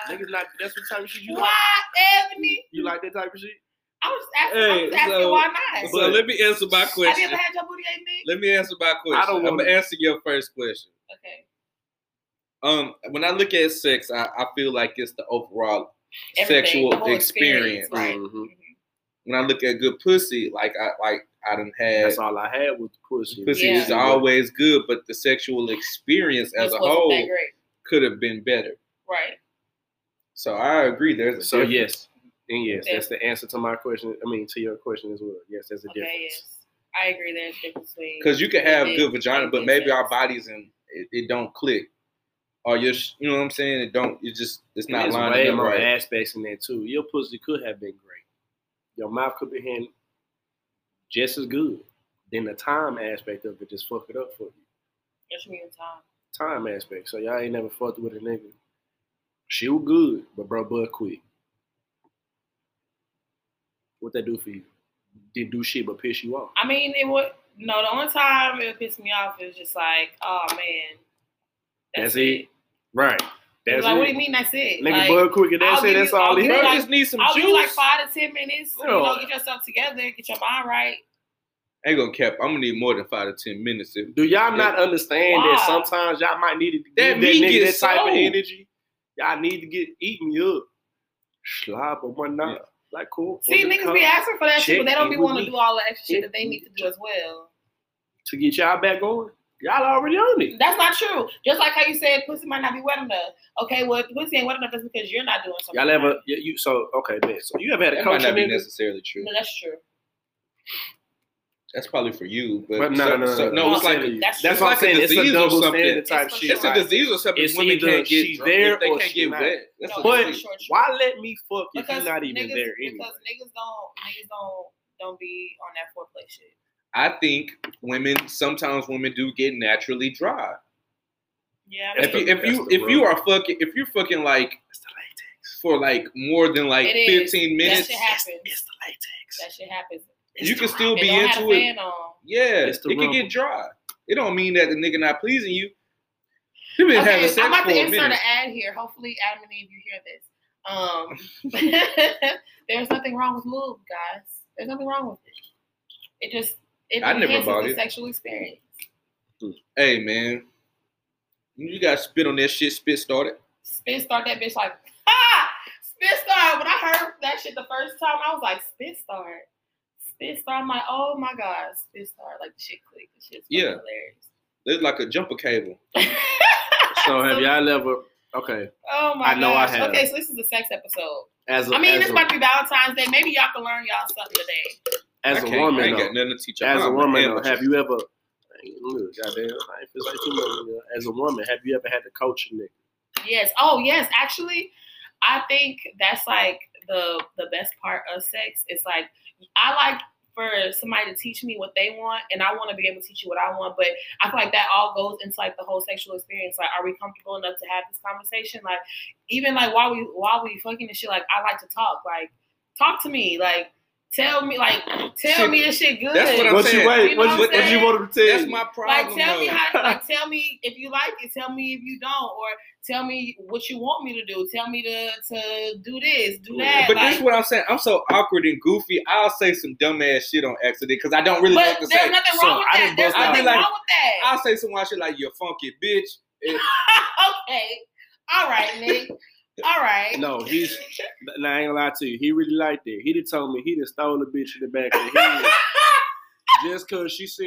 S3: Niggas not. That's what type of shit you
S1: Why,
S3: like.
S1: Ebony?
S3: You like that type of shit?
S1: I was asking, I was
S2: Hey,
S1: asking
S2: so-
S1: why not?
S2: so let me answer my
S1: I
S2: question.
S1: never had your booty ain't me.
S2: Let me answer my question.
S3: I don't
S2: I'm
S3: wanna-
S2: gonna answer your first question.
S1: Okay.
S2: Um, when I look at sex, I, I feel like it's the overall
S1: Everything, the
S2: sexual
S1: whole
S2: experience.
S1: Right.
S3: Mhm.
S2: When I look at good pussy, like I like I done had
S3: That's all I had was the pussy.
S2: pussy
S1: Yeah.
S2: is always good, but the sexual experience as
S1: Just
S2: a
S1: wasn't that
S2: whole
S1: great.
S2: could have been better.
S1: Right.
S2: So I agree. There's a
S3: So
S2: difference.
S3: yes, and yes, that's the answer to my question. I mean, to your question as well. Yes, there's a
S1: Okay,
S3: difference.
S1: yes. I agree there's a difference between
S2: Because you can have
S1: Yeah,
S2: good vagina, but
S1: yeah,
S2: maybe
S1: yeah.
S2: our bodies and it, it don't click. Or your, sh- you know what I'm saying? It don't. It just it's
S3: And
S2: not
S3: there's
S2: lining
S3: way
S2: up
S3: more
S2: right.
S3: aspects in there too. Your pussy could have been great. Your mouth could be handled just as good. Then the time aspect of it just fuck it up for you.
S1: Just me and Tom.
S3: Time aspect. So y'all ain't never fucked with a nigga. She was good, but bro, bud quit. What that do for you? Didn't do shit but piss you off.
S1: I mean it would no, the only time it pissed me off is just like, oh man.
S3: That's it. Right.
S1: It was
S3: That's
S1: like,
S3: it.
S1: what do you mean that's it?
S3: Nigga,
S1: like,
S3: bud quicker. That's
S1: I'll
S3: it.
S1: give
S3: That's
S1: you- I'll
S3: all he
S1: give you
S2: Bro,
S1: like-
S2: just need some
S1: I'll give you like
S2: juice.
S1: five to ten minutes. You know,
S3: Yeah.
S1: get yourself together, get your mind right.
S2: Ain't gonna cap. I'm gonna need more than five to ten minutes. If,
S3: Do y'all not understand
S1: Why?
S3: that sometimes y'all might need to give
S2: That
S3: that,
S2: meat
S3: nigga that
S2: gets
S3: type of
S2: sold.
S3: energy? Y'all need to get eaten up. Slop or whatnot.
S2: Yeah.
S3: Like cool.
S1: See,
S3: When it
S1: niggas be
S3: come
S1: asking for that shit, but they
S3: check
S1: don't be
S3: it
S1: wanting
S3: with
S1: to do
S3: me.
S1: all the extra shit
S3: Check
S1: that they
S3: it
S1: need to
S3: with
S1: do as well.
S3: to get y'all back going. Y'all already on it.
S1: That's not true. Just like how you said pussy might not be wet enough. Okay, well if pussy ain't wet enough, that's because you're not doing something.
S3: Y'all ever
S1: right.
S3: you, you so okay, man. So you ever had a
S2: that might
S3: coach
S2: not be
S3: nigga?
S2: necessarily true.
S1: No, that's true.
S2: That's probably for you, but,
S3: But no,
S2: so-
S3: no, no,
S2: so-
S3: no,
S2: it's like a,
S1: that's
S3: that's
S1: true.
S3: what
S2: It's
S3: I'm
S2: like a
S3: saying. It's a
S2: disease or
S3: double
S2: something.
S3: standard type
S1: It's
S3: shit.
S2: it's
S3: like,
S2: a disease or something.
S3: It's
S2: women
S3: either
S2: can't get
S3: she
S2: drunk
S3: there
S2: if they
S3: or
S2: can't
S3: she
S2: get
S3: not.
S2: wet. That's
S1: No,
S2: a
S3: But-
S2: disease.
S1: short, short.
S3: Why let me fuck if
S1: Because
S3: you're not even
S1: niggas,
S3: there anyway?
S1: Because niggas don't niggas don't don't be on that foreplay shit.
S2: I think women sometimes women do get naturally dry.
S1: Yeah. I
S2: If
S3: That's
S1: mean,
S2: you
S3: the-
S2: if you
S3: that's the
S2: if you
S3: rub.
S2: are fucking if you're fucking like for like more than like
S1: It is.
S2: 15
S1: that
S2: minutes,
S1: shit happens.
S3: the latex.
S1: That shit happens.
S2: you can still
S1: They
S2: be
S1: don't have
S2: into
S1: a
S2: it.
S1: fan on.
S2: Yeah,
S3: It's
S2: it
S3: the
S2: can
S3: rubber.
S2: get dry. It don't mean that the nigga not pleasing you. You been having sex
S1: I'm about
S2: for
S1: to
S2: a
S1: insert an
S2: minute.
S1: ad here. Hopefully, Adam and Eve, you hear this. Um, there's nothing wrong with lube, guys. There's nothing wrong with it. It just it
S2: I never
S1: enhances
S2: bought
S1: the
S2: it.
S1: sexual experience.
S2: Hey man, you got spit on that shit. Spit started.
S1: Spit start that bitch like ah spit start. When I heard that shit the first time, I was like spit start, spit start. I'm like oh my god, spit start. Like the shit click. The shit's fucking
S2: Yeah.
S1: hilarious.
S2: There's like a jumper cable.
S3: So have y'all ever? Okay,
S1: Oh my
S3: I know I
S1: gosh.
S3: have.
S1: Okay, so this is the sex episode.
S3: as a,
S1: I mean,
S3: as,
S1: this
S3: a,
S1: might be Valentine's Day. Maybe y'all can learn y'all something today.
S3: as
S2: I
S3: a
S2: can't- I
S3: woman,
S2: ain't
S3: though,
S2: got nothing to teach. you.
S3: as a
S2: I'm an
S3: woman, though,
S2: amateur.
S3: have you ever? Look, Goddamn, I ain't feel like too much, you know. as a woman, have you ever had to coach a nigga?
S1: Yes. Oh, yes. Actually, I think that's like the the best part of sex. It's like I like for somebody to teach me what they want, and I want to be able to teach you what I want. But I feel like that all goes into like the whole sexual experience. Like, are we comfortable enough to have this conversation? Like, even like while we while we fucking and shit. Like, I like to talk. Like, talk to me. Like, tell me. Like, tell
S2: Shit,
S1: me this shit good.
S2: that's what I'm
S3: What
S2: saying.
S3: you wait?
S1: You know
S3: what,
S1: what I'm
S3: you, what you
S1: saying?
S3: want to tell?
S2: That's my
S1: like
S2: problem.
S1: tell me
S2: though.
S1: how like tell me if you like it tell me if you don't or tell me what you want me to do tell me to to do this do that
S2: But
S1: like,
S2: this is what I'm saying. I'm so awkward and goofy. I'll say some dumbass shit on accident because I don't really know
S1: but
S2: what to
S1: there's
S2: say.
S1: nothing
S3: So,
S1: wrong with
S3: I
S1: that
S3: done
S1: there's
S3: bust out.
S1: nothing
S2: I'd be
S1: wrong with that
S2: I'll say some wild shit like "you funky bitch." And
S1: okay all right nick all right
S3: No, he's. Nah, I ain't gonna lie to you. He really liked it. He done told me he done stole a bitch in the back of the head just cause she said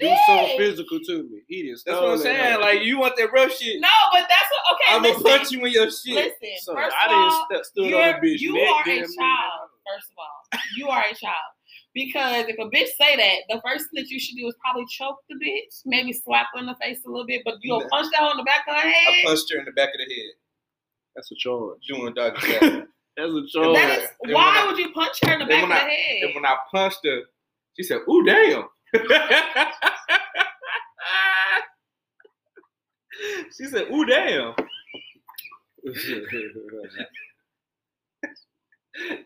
S3: do something
S1: Nick!
S3: physical to me. He didn't.
S2: that's what I'm saying. Like you want that rough shit?
S1: no but that's what, okay
S2: I'ma
S1: listen,
S2: punch you in your shit.
S1: listen
S3: so
S1: first
S3: I
S1: of all
S3: didn't st- stood on a
S1: you're,
S3: bitch.
S1: you
S3: neck,
S1: are a
S3: damn
S1: child
S3: near.
S1: first of all you are a child because if a bitch say that the first thing that you should do is probably choke the bitch maybe slap her in the face a little bit but you'll
S2: Nah.
S1: punch that hole in the back of her
S2: I
S1: head
S2: punched her in the back of the head
S3: That's a charge.
S2: doing doggy style.
S3: That's a charge.
S1: That is
S2: And
S1: why
S2: when I-
S1: would you punch her in the
S2: and
S1: back of
S2: when
S1: the
S2: I-
S1: head?
S2: and when I punched her, she said, "Ooh, damn."
S1: Ah,
S2: she said, "Ooh, damn."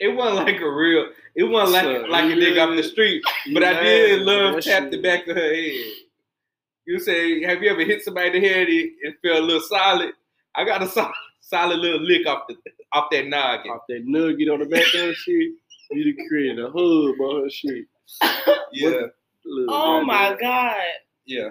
S2: It wasn't like a real. It wasn't like
S3: Son,
S2: like a
S3: you-
S2: nigga off the street. But I
S3: Yeah,
S2: did love
S3: that
S2: tap
S3: shit.
S2: the back of her head. You say, have you ever hit somebody in the head and and felt a little solid? I got a sol- solid little lick off the off that noggin.
S3: Off that nugget on the back of her shit. You done created a hub on her shit.
S2: Yeah,
S3: Look,
S1: oh
S3: goddamn.
S1: my god.
S2: yeah.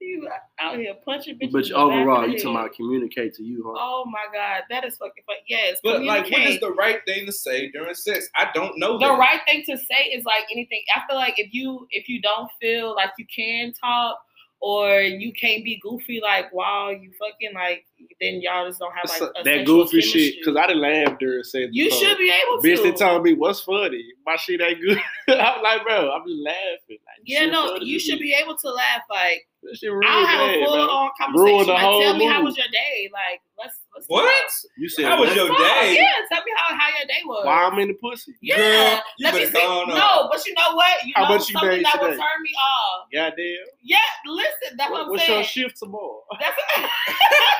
S1: You out here punching bitches.
S3: But
S1: in the
S3: you-
S1: back of
S3: overall,
S1: the
S3: you talking
S1: head.
S3: about communicate to you, huh?
S1: Oh my god, that is fucking but yes.
S2: But like, what is
S1: communicate.
S2: the right thing to say during sex? I don't know.
S1: the
S2: that.
S1: right thing to say is like anything. I feel like if you if you don't feel like you can talk or you can't be goofy like while you fucking like then y'all just don't have like
S3: So-
S1: a
S3: that
S1: sexual
S3: goofy shit.
S1: chemistry.
S3: Because I didn't laugh during sex.
S1: you
S3: before.
S1: should be able to.
S3: Bitch, they told me what's funny. My shit ain't good. I'm like, bro, I'm just laughing. Like,
S1: yeah,
S3: shit
S1: no,
S3: funny
S1: you
S3: to
S1: should
S3: me.
S1: be able to laugh like
S3: That shit real
S1: I'll have
S3: bad,
S1: a full
S3: bro.
S1: on
S3: Ruin
S1: conversation.
S3: the
S1: Like,
S3: whole
S1: tell me how
S3: movie.
S1: was your day? Like, let's let's
S2: What?
S1: talk.
S3: You said,
S2: How was
S1: Let's
S3: "What?
S2: your
S1: talk.
S2: day?
S1: Yeah, tell me how how your day was.
S3: why I'm in the pussy?
S1: Yeah,
S2: Girl, you
S1: let me
S2: better
S1: see.
S2: gone on.
S1: No, but you know what? You
S3: How
S1: know
S3: much you
S1: something
S3: made
S1: that will
S3: today?
S1: turn me off.
S3: Goddamn.
S1: Yeah, listen, that's what,
S3: What- what's
S1: I'm saying.
S3: your shift tomorrow?
S1: that's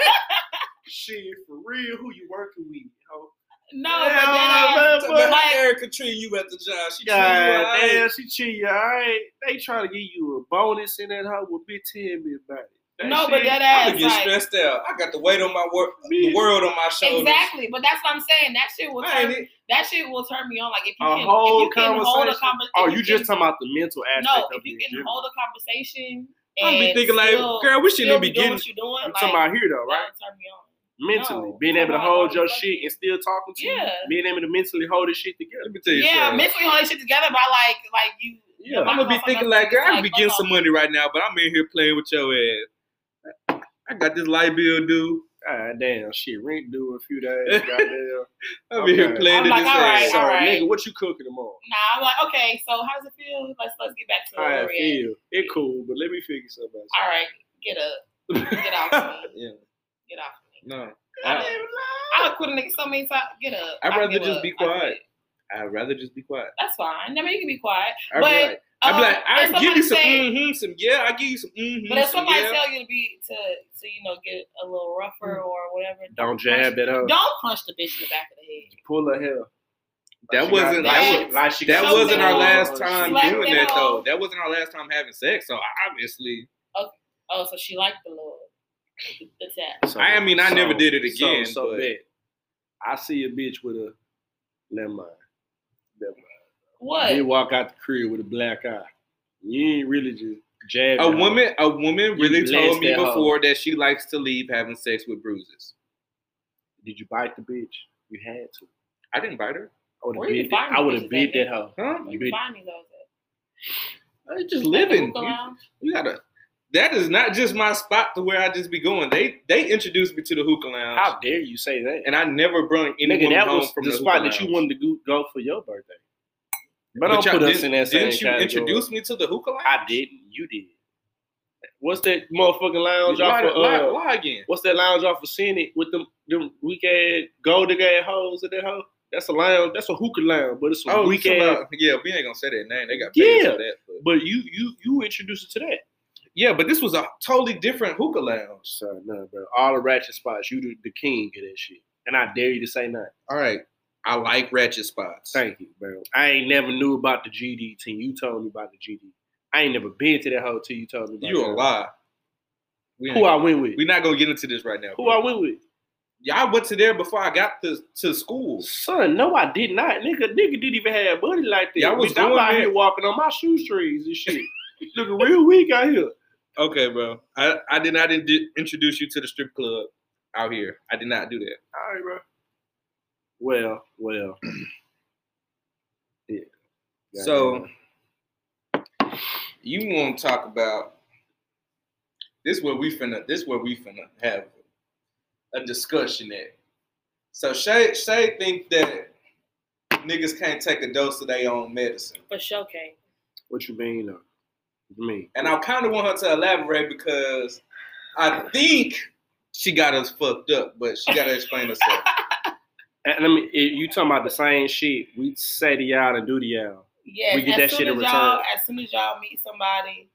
S3: shit, for real. Who you working with? Ho?
S1: no, but then uh, I-
S3: Yeah,
S2: Talk
S3: man,
S2: about
S3: but-
S1: Like-
S2: how Erica treating you at the job. She treating you
S3: God
S1: uh,
S2: all
S3: damn,
S2: right.
S3: she cheat you, all right? They trying to give you a bonus in that hoe. Well, bitch, tell me about it. That
S1: no,
S3: shit,
S1: but that
S2: I
S1: ass
S2: would get
S1: like,
S2: stressed out. I got the weight on my work, the world on my shoulders.
S1: exactly. But that's what I'm saying. That shit will
S2: I ain't
S1: turn,
S2: it.
S1: that shit will turn me on. Like if you
S3: e
S1: can,
S3: A whole
S1: if you can hold a
S3: conversation?
S1: conversation.
S3: Oh, you just talking about the mental aspect
S1: no? If
S3: of it
S1: you
S3: in
S1: can
S3: general.
S1: hold a conversation,
S2: I
S1: and
S2: be thinking like,
S1: still,
S2: girl, we shouldn't
S1: still be
S2: be
S1: doing what
S2: getting.
S1: you're doing.
S3: I'm
S1: Like,
S3: talking about here though, right?
S1: That would turn me on.
S3: Mentally,
S1: No.
S3: being able to
S1: Come on,
S3: hold
S1: hold
S3: your
S1: it
S3: shit and still talking to you,
S1: Yeah.
S3: being able to mentally hold this shit together.
S2: Let me tell you
S1: yeah,
S2: something.
S1: mentally holding shit together by like like you.
S3: Yeah.
S2: I'm gonna be thinking like, girl, I could be getting some money right now, but I'm in here playing with your ass. I got this light bill due.
S3: God damn, shit, rent due in a few days. Goddamn.
S2: I'm in here
S3: Okay.
S2: playing
S1: I'm
S2: in
S1: like,
S2: this
S1: all
S2: ass.
S3: so,
S1: all right.
S3: nigga, what you cooking tomorrow?
S1: Nah, I'm like, okay, so how does it feel? Let's let's get back to
S3: All right,
S1: where we're at.
S3: feel it cool, but let me figure something out.
S1: All right, get up, get off of me,
S2: Yeah,
S1: get off of me.
S2: no.
S1: I, I done quit a nigga so many times. Get up.
S2: I'd
S1: I
S2: rather
S1: give
S2: just
S1: up.
S2: be
S1: I quit.
S2: quiet. I'd rather just be quiet.
S1: That's fine. I mean, you can be quiet.
S2: I'd
S1: But,
S2: be like, I'd be
S1: Um,
S2: like,
S1: if
S2: I'll give
S1: somebody
S2: you some
S1: say-
S2: mm-hmm, some yeah, I give you some mm-hmm.
S1: But if
S2: some
S1: somebody
S2: yeah. Mm.
S1: tell you to be to to you know get a little rougher or whatever,
S2: Uh.
S3: Don't
S1: punch-
S3: jab at her.
S1: Don't punch the bitch in the back of the head.
S3: Pull her hair.
S2: That wasn't-
S1: that was-
S3: like she
S2: that
S1: Show
S2: wasn't
S1: them
S2: our
S1: all.
S2: last time
S1: Slap
S2: doing
S1: them
S2: that
S1: all.
S2: though. That wasn't our last time having sex. So obviously,
S1: Oh, so she liked the little the tap.
S3: So-
S2: I mean, I never did it
S3: so-
S2: again,
S3: So,
S2: but-
S3: bet. I see a bitch with a. Never mind. Never mind.
S1: What?
S3: They walk out the crib with a black eye. You ain't really just jab.
S2: a woman, a woman
S3: You
S2: really told
S3: blessed
S2: me
S3: that hoe.
S2: before that she likes to leave having sex with bruises.
S3: Did you bite the bitch? You had to.
S2: I didn't bite her,
S3: I would
S1: Where
S3: have
S1: you
S3: beat that.
S1: find
S3: I
S1: the
S3: would
S1: bitches
S3: have beat
S1: at?
S3: that hoe.
S2: huh?
S1: You can find me those. at?
S2: I was just
S1: At the
S2: living.
S1: hookah
S2: You,
S1: lounge?
S2: you gotta. That is not just my spot to where I just be going. They they introduced me to the hookah lounge,
S3: How dare you say that?
S2: and I never brung any
S3: Nigga,
S2: woman
S3: that
S2: home
S3: was
S2: from
S3: the
S2: the
S3: spot
S2: hookah
S3: that you
S2: lounge.
S3: wanted to go, go for your birthday. But,
S2: But
S3: don't
S2: y'all-
S3: put us
S2: didn't-
S3: in that same
S2: Didn't you
S3: category.
S2: introduce me to the hookah lounge?
S3: I didn't. You did. What's that motherfucking lounge
S2: Why,
S3: off of?
S2: why,
S3: uh,
S2: why again?
S3: What's that lounge off of Senate with them them weak ass gold digger ass hoes at that hoe? That's a lounge. That's a hookah lounge, but it's a
S2: Oh,
S3: weak
S2: we
S3: ass.
S2: yeah, we ain't gonna say that name. They got paid
S3: Yeah.
S2: for that. But.
S3: But you you you introduced it to that.
S2: Yeah, but this was a totally different hookah lounge.
S3: Sorry, no, bro. All the ratchet spots, you the, the king of that shit. And I dare you to say nothing.
S2: All right, I like ratchet spots.
S3: Thank you, bro. I ain't never knew about the GD till you told me about the GD. I ain't never been to that hoe till you told me. About
S2: You
S3: that
S2: a
S3: hoe.
S2: lie. We
S3: Who I went with?
S2: We're not gonna get into this right now.
S3: Who
S2: bro.
S3: I went with?
S2: Y'all went to there before I got to, to school.
S3: Son, no, I did not. Nigga, nigga didn't even have money like that.
S2: Y'all was
S3: Bitch, I'm
S2: going
S3: out
S2: there-
S3: here walking on my shoestrings and shit. Looking real weak out here.
S2: Okay, bro. I, I did not in- introduce you to the strip club out here. I did not do that.
S3: All right, bro. Well, well. yeah.
S2: So- You want to talk about this? Where we finna? This where we finna have a discussion at? So Shay Shay think that niggas can't take a dose of their own medicine.
S1: For sure, Kane.
S3: what you mean? Though? What you mean?
S2: And I kind of want her to elaborate because I think she got us fucked up, but she got to explain herself.
S3: And I mean, it, you talking about the same shit? We say to y'all and do to y'all.
S1: Yes.
S3: We get
S1: as
S3: that
S1: soon
S3: shit in
S1: as y'all,
S3: return.
S1: as soon as y'all meet somebody,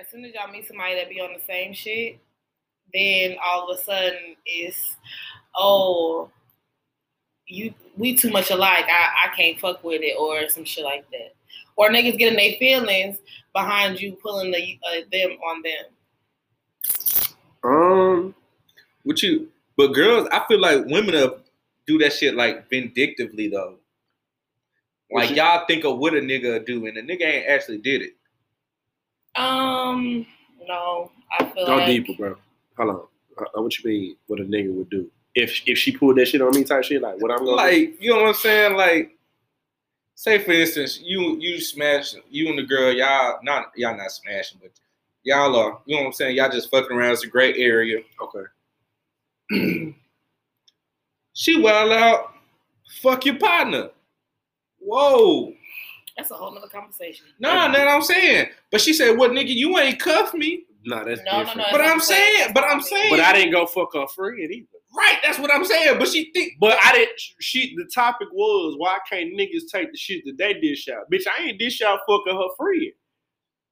S1: as soon as y'all meet somebody that be on the same shit, then all of a sudden it's oh you we too much alike. I, I can't fuck with it or some shit like that. Or niggas getting their feelings behind you pulling the uh, them on them.
S3: Um,
S2: What you? But girls, I feel like women are, do that shit like vindictively though. Like
S3: Which-
S2: y'all think of what a nigga do, and the nigga ain't actually did it.
S1: Um, no, I feel
S3: go
S1: like
S3: deeper, bro. Hold on. Uh, What you mean? What a nigga would do if if she pulled that shit on me? Type shit like what I'm gonna do?
S2: Like you know what I'm saying? Like, say for instance, you you smash you and the girl, y'all not y'all not smashing, but y'all are. You know what I'm saying? Y'all just fucking around. It's a great area.
S3: Okay.
S2: She wild out. Fuck your partner. Whoa.
S1: that's a whole nother conversation.
S2: Nah, that's what I'm saying. But she said, "What nigga? You ain't cuff me."
S3: No, that's
S1: No, no,
S3: different.
S1: no,
S2: But I'm
S1: That's what I'm saying.
S2: saying. But I'm
S1: But
S2: saying.
S3: But I didn't go fuck her friend either.
S2: Right. That's what I'm saying. But she think.
S3: But I didn't. She the topic was why can't niggas take the shit that they dish out? Bitch, I ain't dish out fucking her friend.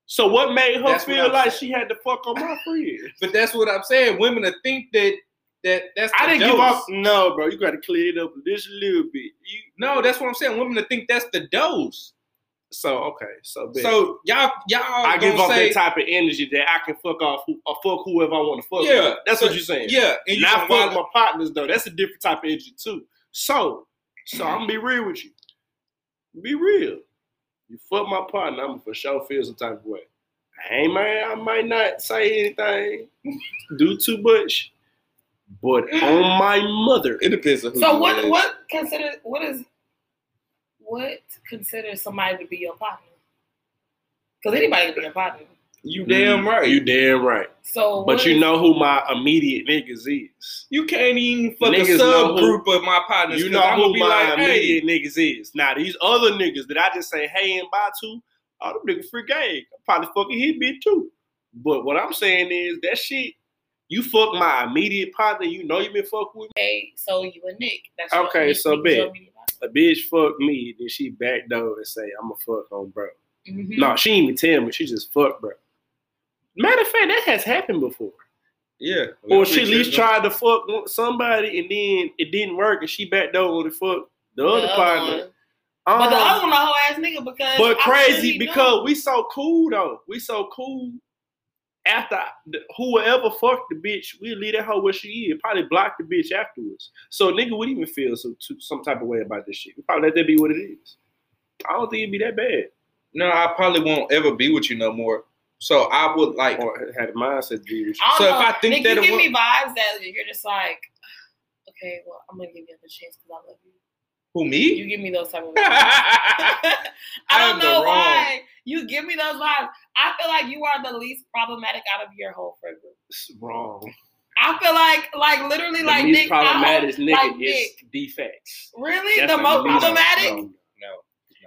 S3: So what made her
S2: That's what
S3: feel
S2: I'm
S3: like
S2: saying.
S3: she had to fuck on my friend?
S2: But that's what I'm saying. Women to think that that that's.
S3: I
S2: the
S3: didn't give
S2: dose.
S3: up. No, bro, you got to clear it up just a little bit. You,
S2: No, that's what I'm saying. Women to think that's the dose.
S3: so okay. So bet.
S2: So y'all y'all
S3: I give
S2: gonna
S3: off
S2: say,
S3: that type of energy that I can fuck off who, or fuck whoever I want to fuck.
S2: Yeah,
S3: with. that's
S2: so-
S3: what you're saying.
S2: Yeah, and you
S3: not
S2: gonna wild
S3: fuck my partners though. That's a different type of energy too. So, so I'm gonna be real with you. Be real. You fuck my partner, I'm for sure feel some type of way. I ain't might, I might not say anything, do too much, but on my mother,
S2: It depends on who.
S1: So
S2: you
S1: what?
S2: is.
S1: What consider? What is? What considers somebody to be your partner? Because anybody can be your partner.
S2: You damn right.
S3: Mm, you damn right.
S1: So,
S3: But
S1: Oh, what
S3: you
S1: is-
S3: know who my immediate niggas is.
S2: You can't even fuck
S3: Niggas
S2: a
S3: know who-
S2: subgroup of my partners.
S3: You
S2: 'cause
S3: know
S2: I'm
S3: who
S2: gonna be
S3: my
S2: like, hey,
S3: immediate niggas is. Now these other niggas that I just say hey and bye to, oh, all them niggas free game. I probably fucking hit me too. But what I'm saying is that shit, You fuck my immediate partner. You know you been fucked with.
S1: Hey, so you a Nick. That's
S3: Okay,
S1: your,
S3: so bet. A bitch fuck me, then she backdoor and say I'ma fuck on bro.
S1: Mm-hmm.
S3: No, she ain't even tell me. She just fuck bro. Matter of fact, that has happened before.
S2: Yeah.
S3: Or she at least tried to fuck one- somebody and then it didn't work and she backdoor to fuck the other partner.
S1: uh, But the
S3: Um,
S1: other one, a whole ass nigga because.
S3: but
S1: I
S3: crazy
S1: really don't-
S3: because we so cool though. We so cool. After the, whoever fucked the bitch, we leave that hoe where she is. Probably block the bitch afterwards. So a nigga would even feel some some type of way about this shit. We probably let that be what it is. I don't think it'd be that bad.
S2: No, I probably won't ever be with you no more. So I would like.
S3: Or had a mindset to
S1: I
S2: So
S1: don't
S2: if
S1: know.
S2: I think
S1: Nick,
S2: that
S1: you
S2: a
S1: give
S2: wo-
S1: me vibes that you're just like, okay, well, I'm gonna give you another chance because I love you.
S2: Who me?
S1: You give me those type of vibes.
S2: I
S1: I don't
S2: am the
S1: know
S2: wrong-
S1: why you give me those vibes. I feel like you are the least problematic out of your whole friend group.
S3: It's wrong.
S1: I feel like, like literally, like
S3: the least
S1: Nick,
S3: problematic
S1: I hope,
S3: nigga
S1: like
S3: is
S1: Nick.
S3: defects.
S1: Really,
S3: That's
S1: the most
S3: least
S1: problematic,
S3: wrong.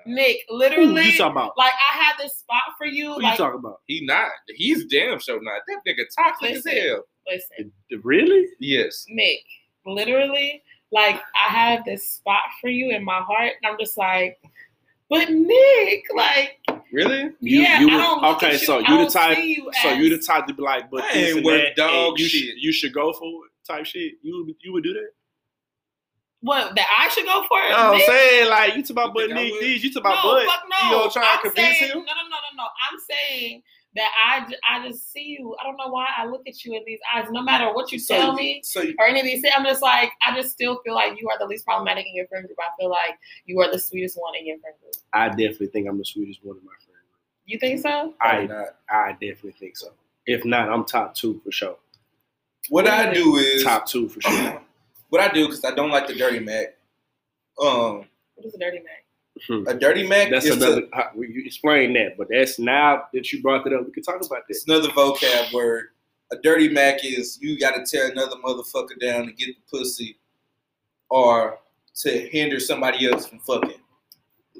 S2: No.
S1: Nick.
S3: Who
S1: Literally,
S3: you talking about?
S1: like I had this spot for you.
S3: Who you
S1: like,
S3: talking about?
S2: He not. He's damn sure not. That nigga toxic as
S1: Listen.
S2: hell.
S1: listen,
S3: Really?
S2: Yes.
S1: Nick. Literally, like I have this spot for you in my heart, and I'm just like, but Nick, like,
S2: Really?
S3: You-
S1: yeah,
S3: you
S1: I
S3: would-
S1: don't look
S3: okay,
S1: at you.
S3: so
S1: I
S3: you the
S1: don't
S3: type-
S1: see you
S3: So
S1: as-
S3: you the type to be like, but
S2: I
S3: this
S2: ain't
S3: and
S2: worth
S3: that,
S2: dog
S3: and you
S2: shit.
S3: Should, you should go for it type shit. You would- you would do that.
S1: what that I should go for it.
S3: No, I'm
S1: Nick?
S3: saying like you talk
S2: You
S3: about but
S2: think I
S3: Nick
S2: would?
S3: these, you talk
S1: no,
S3: about but
S1: fuck no.
S3: you gonna try
S1: I'm
S3: to convince
S1: saying,
S3: him?
S1: No, no, no, no, no. I'm saying that I, j- I just see you. I don't know why I look at you in these eyes. No matter what you
S3: So
S1: tell
S3: you-
S1: me
S3: So you,
S1: or any of these, things, I'm just like I just still feel like you are the least problematic in your friend group. I feel like you are the sweetest one in your friend group.
S3: I definitely think I'm the sweetest one of my friends.
S1: You think so?
S2: Probably
S3: I
S2: not.
S3: I definitely think so. If not, I'm top two for sure.
S2: What I do is
S3: Top two for sure.
S2: what I do because I don't like the dirty Mac. Um,
S1: What is a dirty man?
S2: a dirty Mac
S3: That's
S2: is
S3: another.
S2: A,
S3: how- well, you explain that, but that's now that you brought it up, we can talk about
S2: it's
S3: this.
S2: another vocab word. A dirty Mac is you got to tear another motherfucker down to get the pussy, or to hinder somebody else from fucking.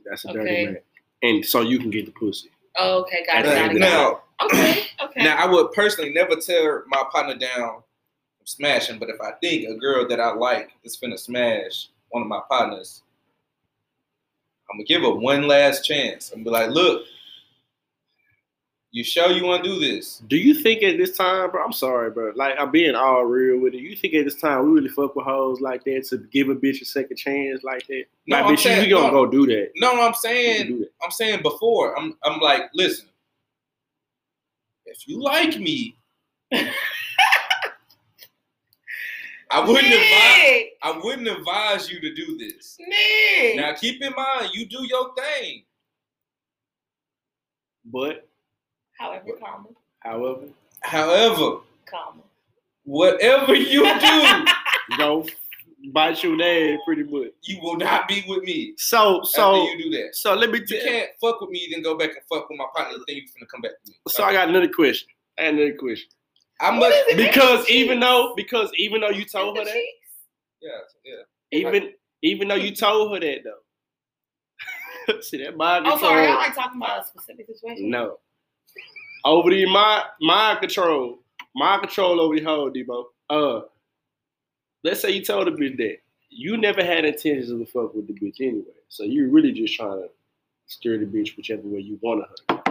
S3: That's a dirty
S1: Okay.
S3: man, and so you can get the pussy.
S1: Oh, okay,
S3: I
S1: got it,
S3: Right,
S1: got
S2: Now,
S1: it. Got
S2: now,
S1: it. Okay, okay.
S2: now, I would personally never tear my partner down from smashing, but if I think a girl that I like is finna smash one of my partners, I'm gonna give her one last chance and be like, look, you sure you wanna do this?
S3: Do you think at this time, bro? I'm sorry, bro. Like I'm being all real with it. You think at this time we really fuck with hoes like that to give a bitch a second chance like that?
S2: No,
S3: like,
S2: I'm
S3: bitch, you-
S2: saying-
S3: we gonna
S2: no.
S3: go do that.
S2: No, I'm
S3: We can
S2: saying
S3: do that.
S2: I'm saying before. I'm I'm like, listen, if you like me, I wouldn't advise
S1: Nick,
S2: I wouldn't advise you to do this.
S1: Nick.
S2: Now keep in mind, you do your thing.
S3: But
S1: However, comma,
S3: however,
S2: However,
S1: comma.
S2: whatever you do,
S3: go bite your name pretty much.
S2: you will not be with me.
S3: So
S2: So
S3: so
S2: after you do that.
S3: so let me
S2: You
S3: tell.
S2: can't fuck with me, then go back and fuck with my partner. Then you're gonna come back to me.
S3: So I got another question. I got another question.
S2: I
S1: What
S2: must.
S1: is it?
S3: Because even though because even though you told her
S1: The
S3: that,
S1: cheeks?
S2: Yeah, yeah.
S3: even even though you told her that though. See that mind
S1: Oh, sorry. I
S3: control.
S1: like talking about a specific situation.
S3: No. Over the mind mind control. Mind control over the whole Debo. Uh let's say you told the bitch that. You never had intentions to fuck with the bitch anyway. So you're really just trying to steer the bitch whichever way you want her.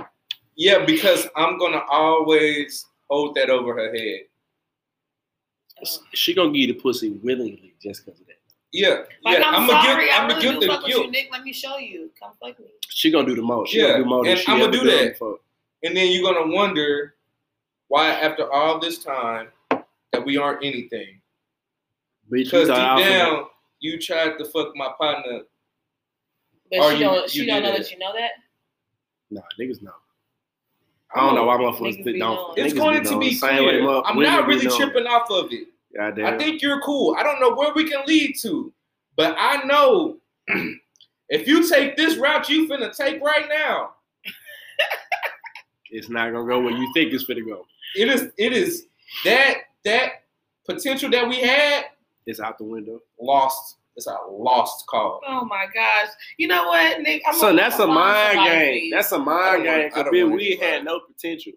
S2: Yeah, because I'm gonna always hold that over her head.
S1: Oh.
S3: She gonna give you the pussy willingly just because of that.
S2: Yeah,
S1: Like,
S2: yeah.
S1: I'm,
S2: I'ma
S1: sorry.
S2: give-
S1: I
S2: I'ma
S1: really
S2: give
S1: do
S2: the
S1: fuck with
S2: guilt.
S1: you, Nick. Let me show you. Come fuck me.
S3: She gonna do the most. She
S2: Yeah,
S3: gonna do more than
S2: and
S3: she
S2: I'ma
S3: ever
S2: do
S3: done
S2: that.
S3: before.
S2: and then you're gonna wonder why after all this time that we aren't anything.
S3: Bitch, you
S2: Because deep
S3: thought I was gonna-
S2: down, you tried to fuck my partner.
S1: But
S2: Or
S1: she
S2: you-
S1: don't. She
S2: you
S1: don't
S2: did
S1: know
S2: it.
S1: that you know that.
S3: Nah, niggas know. I don't know why motherfuckers
S1: Niggas
S3: think
S1: be
S3: don't.
S1: knowing.
S2: It's
S3: niggas
S2: going to
S3: knowing
S2: be
S3: the same way
S2: clear.
S3: mo-
S2: I'm
S3: women
S2: not
S3: be
S2: really
S3: knowing.
S2: tripping off of it.
S3: Goddamn.
S2: I think you're cool. I don't know where we can lead to, but I know if you take this route you finna take right now,
S3: it's not gonna go where you think it's gonna go.
S2: it is it is that that potential that we had
S3: It's out the window.
S2: lost. It's a lost call.
S1: Oh my gosh. You know what, Nick? I'm
S3: Son,
S1: gonna-
S3: that's a
S1: I'm gonna
S3: mind
S1: somebody
S3: game.
S1: please.
S3: That's a
S2: I don't
S3: mind
S2: wanna-
S3: game.
S2: I don't
S3: Cause bitch,
S2: wanna
S3: we
S2: get
S3: had
S2: right.
S3: no potential.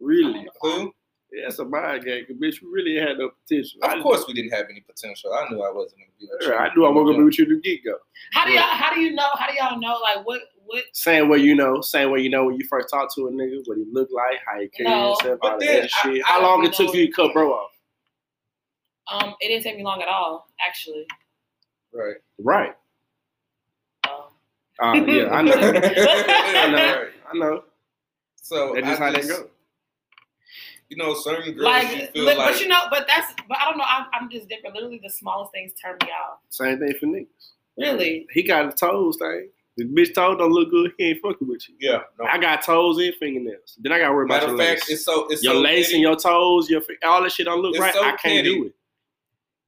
S3: Really.
S2: Who?
S3: Yeah, that's a mind game, 'cause bitch. We really had no potential. I,
S2: Of course, we didn't have any potential. I knew I wasn't gonna be. with you.
S3: I knew I wasn't gonna be with you to get go.
S1: How do y'all?
S3: Right.
S1: How do you know? How do y'all know? Like what? What?
S3: Same way you know, same way you know when you first talk to a nigga, what he look like, how he carry
S1: No.
S3: himself,
S2: But
S3: all
S2: then,
S3: that
S2: I-
S3: shit.
S1: I
S3: how long it
S1: don't
S3: took
S1: know.
S3: you to cut bro off?
S1: Um, it didn't take me long at all, actually.
S2: Right.
S3: Right.
S1: Um,
S3: Uh, yeah, I know. I know.
S2: Right.
S3: I know.
S2: So
S3: That's just
S2: I
S3: how that go.
S2: You know, certain girls
S1: like,
S2: you feel
S1: but,
S2: like
S1: but you know, but that's, but I don't know. I'm, I'm just different. Literally, the smallest things turn me off.
S3: Same thing for niggas.
S1: Really?
S3: He got a toes thing. The bitch toes don't look good. He ain't fucking with you.
S2: yeah. No.
S3: I got toes and fingernails. Then I got to worry about
S2: Matter
S3: your
S2: of fact,
S3: lace.
S2: it's so it's
S3: Your
S2: so
S3: lace
S2: petty.
S3: and your toes, your fi- all that shit don't look
S2: It's
S3: right.
S2: so
S3: I can't
S2: petty.
S3: do it.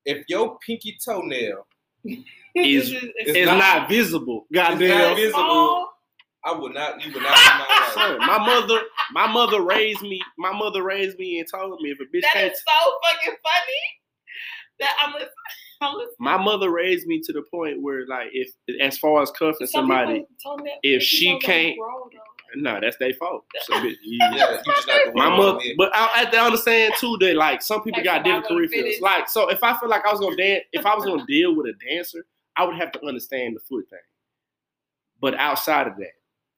S2: if your pinky toenail
S3: Is- It's,
S2: It's
S3: not,
S2: not-
S3: visible.
S2: not
S3: Goddamn.
S2: visible.
S1: small.
S2: I would not. You would not. be my wife.
S3: Son, my mother, my mother raised me. My mother raised me and told me if a bitch
S1: That
S3: can't
S1: is so fucking funny. That I'm, listening- I'm listening.
S3: my mother raised me to the point where like if as far as cuffing
S1: Some
S3: somebody
S1: people told me that people
S3: if she
S1: don't
S3: can't-
S1: grow, though.
S3: no that's their fault so, bitch, you-
S2: yeah, you just not the
S3: my
S2: one
S3: mother
S2: with it.
S3: but I, I have to understand too that like some people
S1: Like,
S3: got
S1: if I
S3: different
S1: wanna
S3: career
S1: fit
S3: fields
S1: in-
S3: like so if I feel like I was gonna dance if I was gonna deal with a dancer I would have to understand the foot thing but outside of that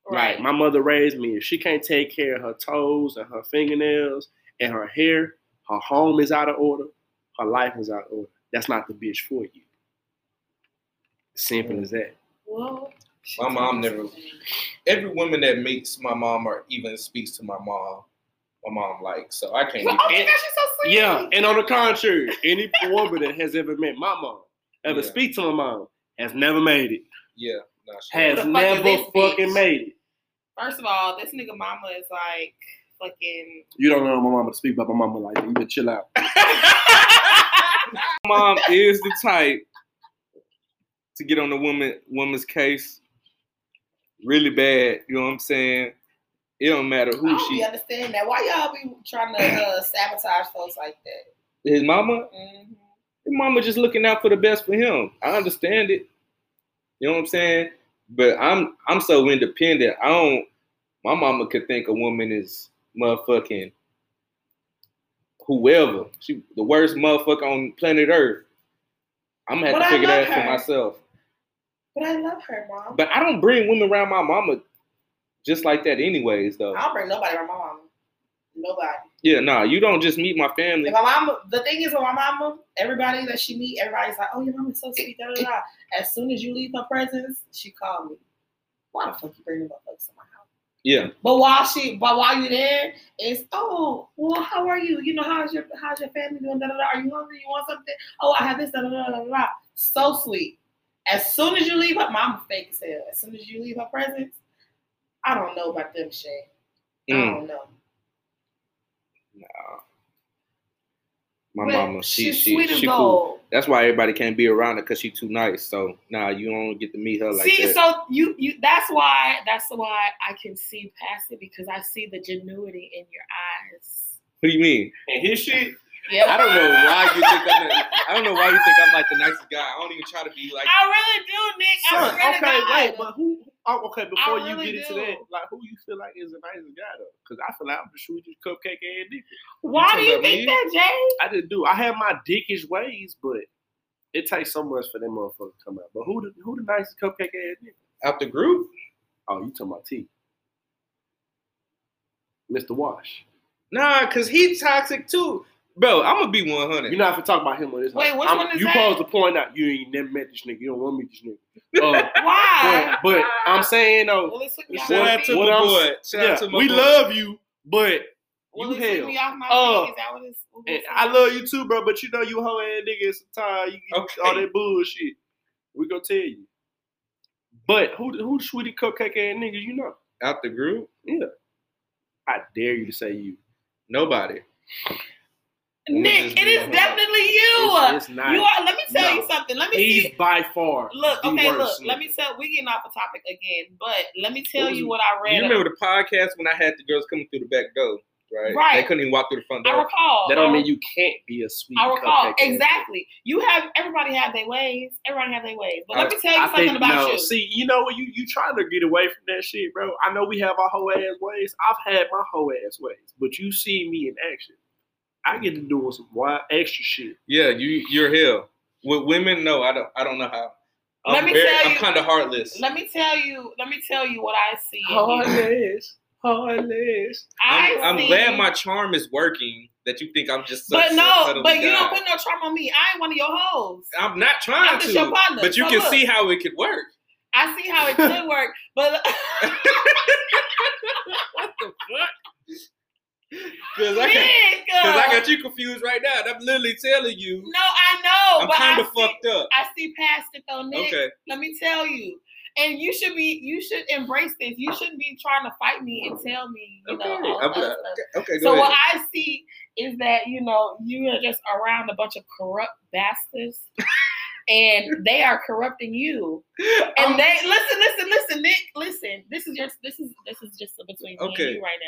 S1: Right.
S3: like my mother raised me if she can't take care of her toes and her fingernails and her hair her home is out of order her life is out of order that's not the bitch for you simple as that
S1: Well, she
S2: My mom
S1: told me
S2: never-
S1: something.
S2: Every woman that meets my mom or even speaks to my mom, my mom likes. So I can't.
S1: Well,
S2: even-
S1: oh my gosh, she's so sweet.
S3: Yeah, and on the contrary, any woman that has ever met my mom, ever
S2: Yeah.
S3: speak to my mom, has never made it.
S2: Yeah. Nah, she
S3: Has
S1: the fuck is
S3: never
S1: this bitch?
S3: fucking made it.
S1: First of all, this nigga mama is like fucking.
S3: You don't know my mama to speak about my mama like that. You better chill out.
S2: mom is the type to get on the woman woman's case really bad. You know what I'm saying? It don't matter
S1: I
S2: who
S1: don't
S2: she
S1: be understand that. Why y'all be trying to uh, sabotage folks like that?
S2: his mama.
S1: hmm
S2: His mama just looking out for the best for him. I understand it. You know what I'm saying? But I'm I'm so independent. I don't. My mama could think a woman is motherfucking whoever. She the worst motherfucker on planet Earth. I'm gonna have
S1: But I
S2: to figure
S1: love
S2: that out for
S1: her.
S2: myself.
S1: But I love her, mom.
S2: But I don't bring women around my mama just like that, anyways. Though,
S1: I don't bring nobody around my mama. Nobody.
S2: yeah, nah, you don't just meet my family.
S1: And my mama, the thing is with my mama, everybody that she meet, everybody's like, "Oh, your mama's so sweet." Da, da, da. As soon as you leave her presence, she called me. Why the fuck you bringing motherfuckers to my house?
S2: Yeah,
S1: But while she, but while you there, it's oh, well, how are you? You know, how's your how's your family doing? Da, da, da. Are you hungry? You want something? Oh, I have this. Da, da, da, da, da, da. So sweet. As soon as you leave her, mama fake as hell. As soon as you leave her presence, I don't know about them shit. I
S2: Mm,
S1: don't know.
S2: my
S1: But
S2: mama, she
S1: she's
S2: she
S1: sweet as
S2: she cool.
S1: gold.
S2: That's why everybody can't be around her because she too nice. So nah, you don't get to meet her like
S1: see,
S2: that.
S1: so you you that's why that's why I can see past it because I see the genuity in your eyes.
S2: what do you mean?
S3: And his shit,
S1: Yep.
S2: I don't know why you think I'm. the- I don't know why you think I'm like the nicest guy. I don't even try to be like.
S1: I really do, Nick. I
S3: son.
S1: swear to
S3: Okay,
S1: God.
S3: wait, but who? Oh, okay, before
S1: really
S3: you get into
S1: do.
S3: that, like who you feel like is the nicest guy though? Because I feel like I'm the sweetest cupcake and dick.
S1: Why do
S2: talking
S1: you
S2: about
S1: think
S2: me?
S1: that, Jay?
S3: I didn't do. I have my dickish ways, but it takes so much for them motherfuckers to come out. But who the who the nicest cupcake ass nigga?
S2: Out the group?
S3: Oh, you talking about T? Mr. Wash.
S2: Nah, cause he toxic too, bro. I'm gonna be 100.
S3: You're not gonna talk about him on this.
S1: Wait,
S3: house.
S1: which
S3: I'm-
S1: one is
S3: You
S1: that?
S3: supposed to point out you ain't never met this nigga. You don't want to meet this nigga. Uh,
S1: Why?
S3: but, but I'm saying though,
S1: Will it took me off
S2: Shout
S1: my
S2: out to
S1: feet?
S3: What
S2: my
S3: I'm-
S2: boy. Shout
S3: yeah,
S2: out to my
S3: we
S2: boy.
S3: love you, but
S1: Will
S3: you
S1: it took
S3: hell.
S1: me off my
S3: Uh,
S1: feet? Is that what it's, what
S3: And
S1: it's-
S3: I love you too, bro. But you know you hoe ass nigga. Sometimes you get
S2: Okay.
S3: all that bullshit. We gonna tell you. But who who the sweetie cupcake ass nigga? You know.
S2: Out the group?
S3: I dare you to say you.
S2: Nobody.
S1: Nick, it is definitely you.
S3: It's, it's not.
S1: you are. Let me tell you
S3: No.
S1: something. Let me see.
S3: He's by far.
S1: Look,
S3: the
S1: okay, look.
S3: worst
S1: Let
S3: nigga.
S1: me tell. We getting off the topic again, but let me tell
S2: What was
S1: you
S2: it?
S1: what I read.
S2: You remember the podcast when I had the girls coming through the back door, right?
S1: Right. Uh-huh.
S2: They couldn't even walk through the front
S1: I
S2: door.
S1: recall.
S3: That don't mean
S1: I-
S3: you can't be a sweet.
S1: I recall
S3: cupcake ass nigga.
S1: exactly. You have everybody have their ways. Everybody have their ways. But let
S2: I-
S1: me tell you
S3: I
S1: something
S3: think
S1: about
S3: no.
S1: you.
S3: See, you know what? You you trying to get away from that shit, bro. I know we have our whole ass ways. I've had my whole ass ways, but you see me in action. I get to doing some wild extra shit.
S2: Yeah, you you're hell. With women, no, I don't I don't know how. I'm
S1: Let me
S2: very,
S1: tell
S2: I'm
S1: you-
S2: kind of heartless.
S1: Let me tell you. Let me tell you what I see. in you.
S3: Oh, Heartless, heartless.
S1: I
S2: I'm, I'm
S1: see-
S2: glad my charm is working. That you think I'm just. such
S1: But
S2: a
S1: no,
S2: subtle
S1: but you
S2: guy.
S1: don't put no charm on me. I ain't one of your hoes.
S2: I'm not trying
S1: I'm just
S2: to.
S1: your partner.
S2: But you
S1: So
S2: can
S1: look.
S2: see how it could work.
S1: I see how it could work, but
S2: What the fuck? Because I, got-
S1: man,
S2: 'cause I
S1: girl.
S2: got you confused right now. and I'm literally telling you,
S1: uh, No, I know,
S2: I'm
S1: but I
S2: kind of
S1: see,
S2: fucked up.
S1: I see past it though, Nick.
S2: Okay.
S1: Let me tell you. And you should be, you should embrace this. You shouldn't be trying to fight me and tell me, you
S2: Okay,
S1: know. all that
S2: I'm not-
S1: stuff.
S2: Okay, go
S1: So what
S2: ahead.
S1: I see is that you know you are just around a bunch of corrupt bastards, and they are corrupting you. And
S2: I'm-
S1: they listen, listen, listen, Nick. Listen, this is your this is this is just between me
S2: Okay.
S1: and you right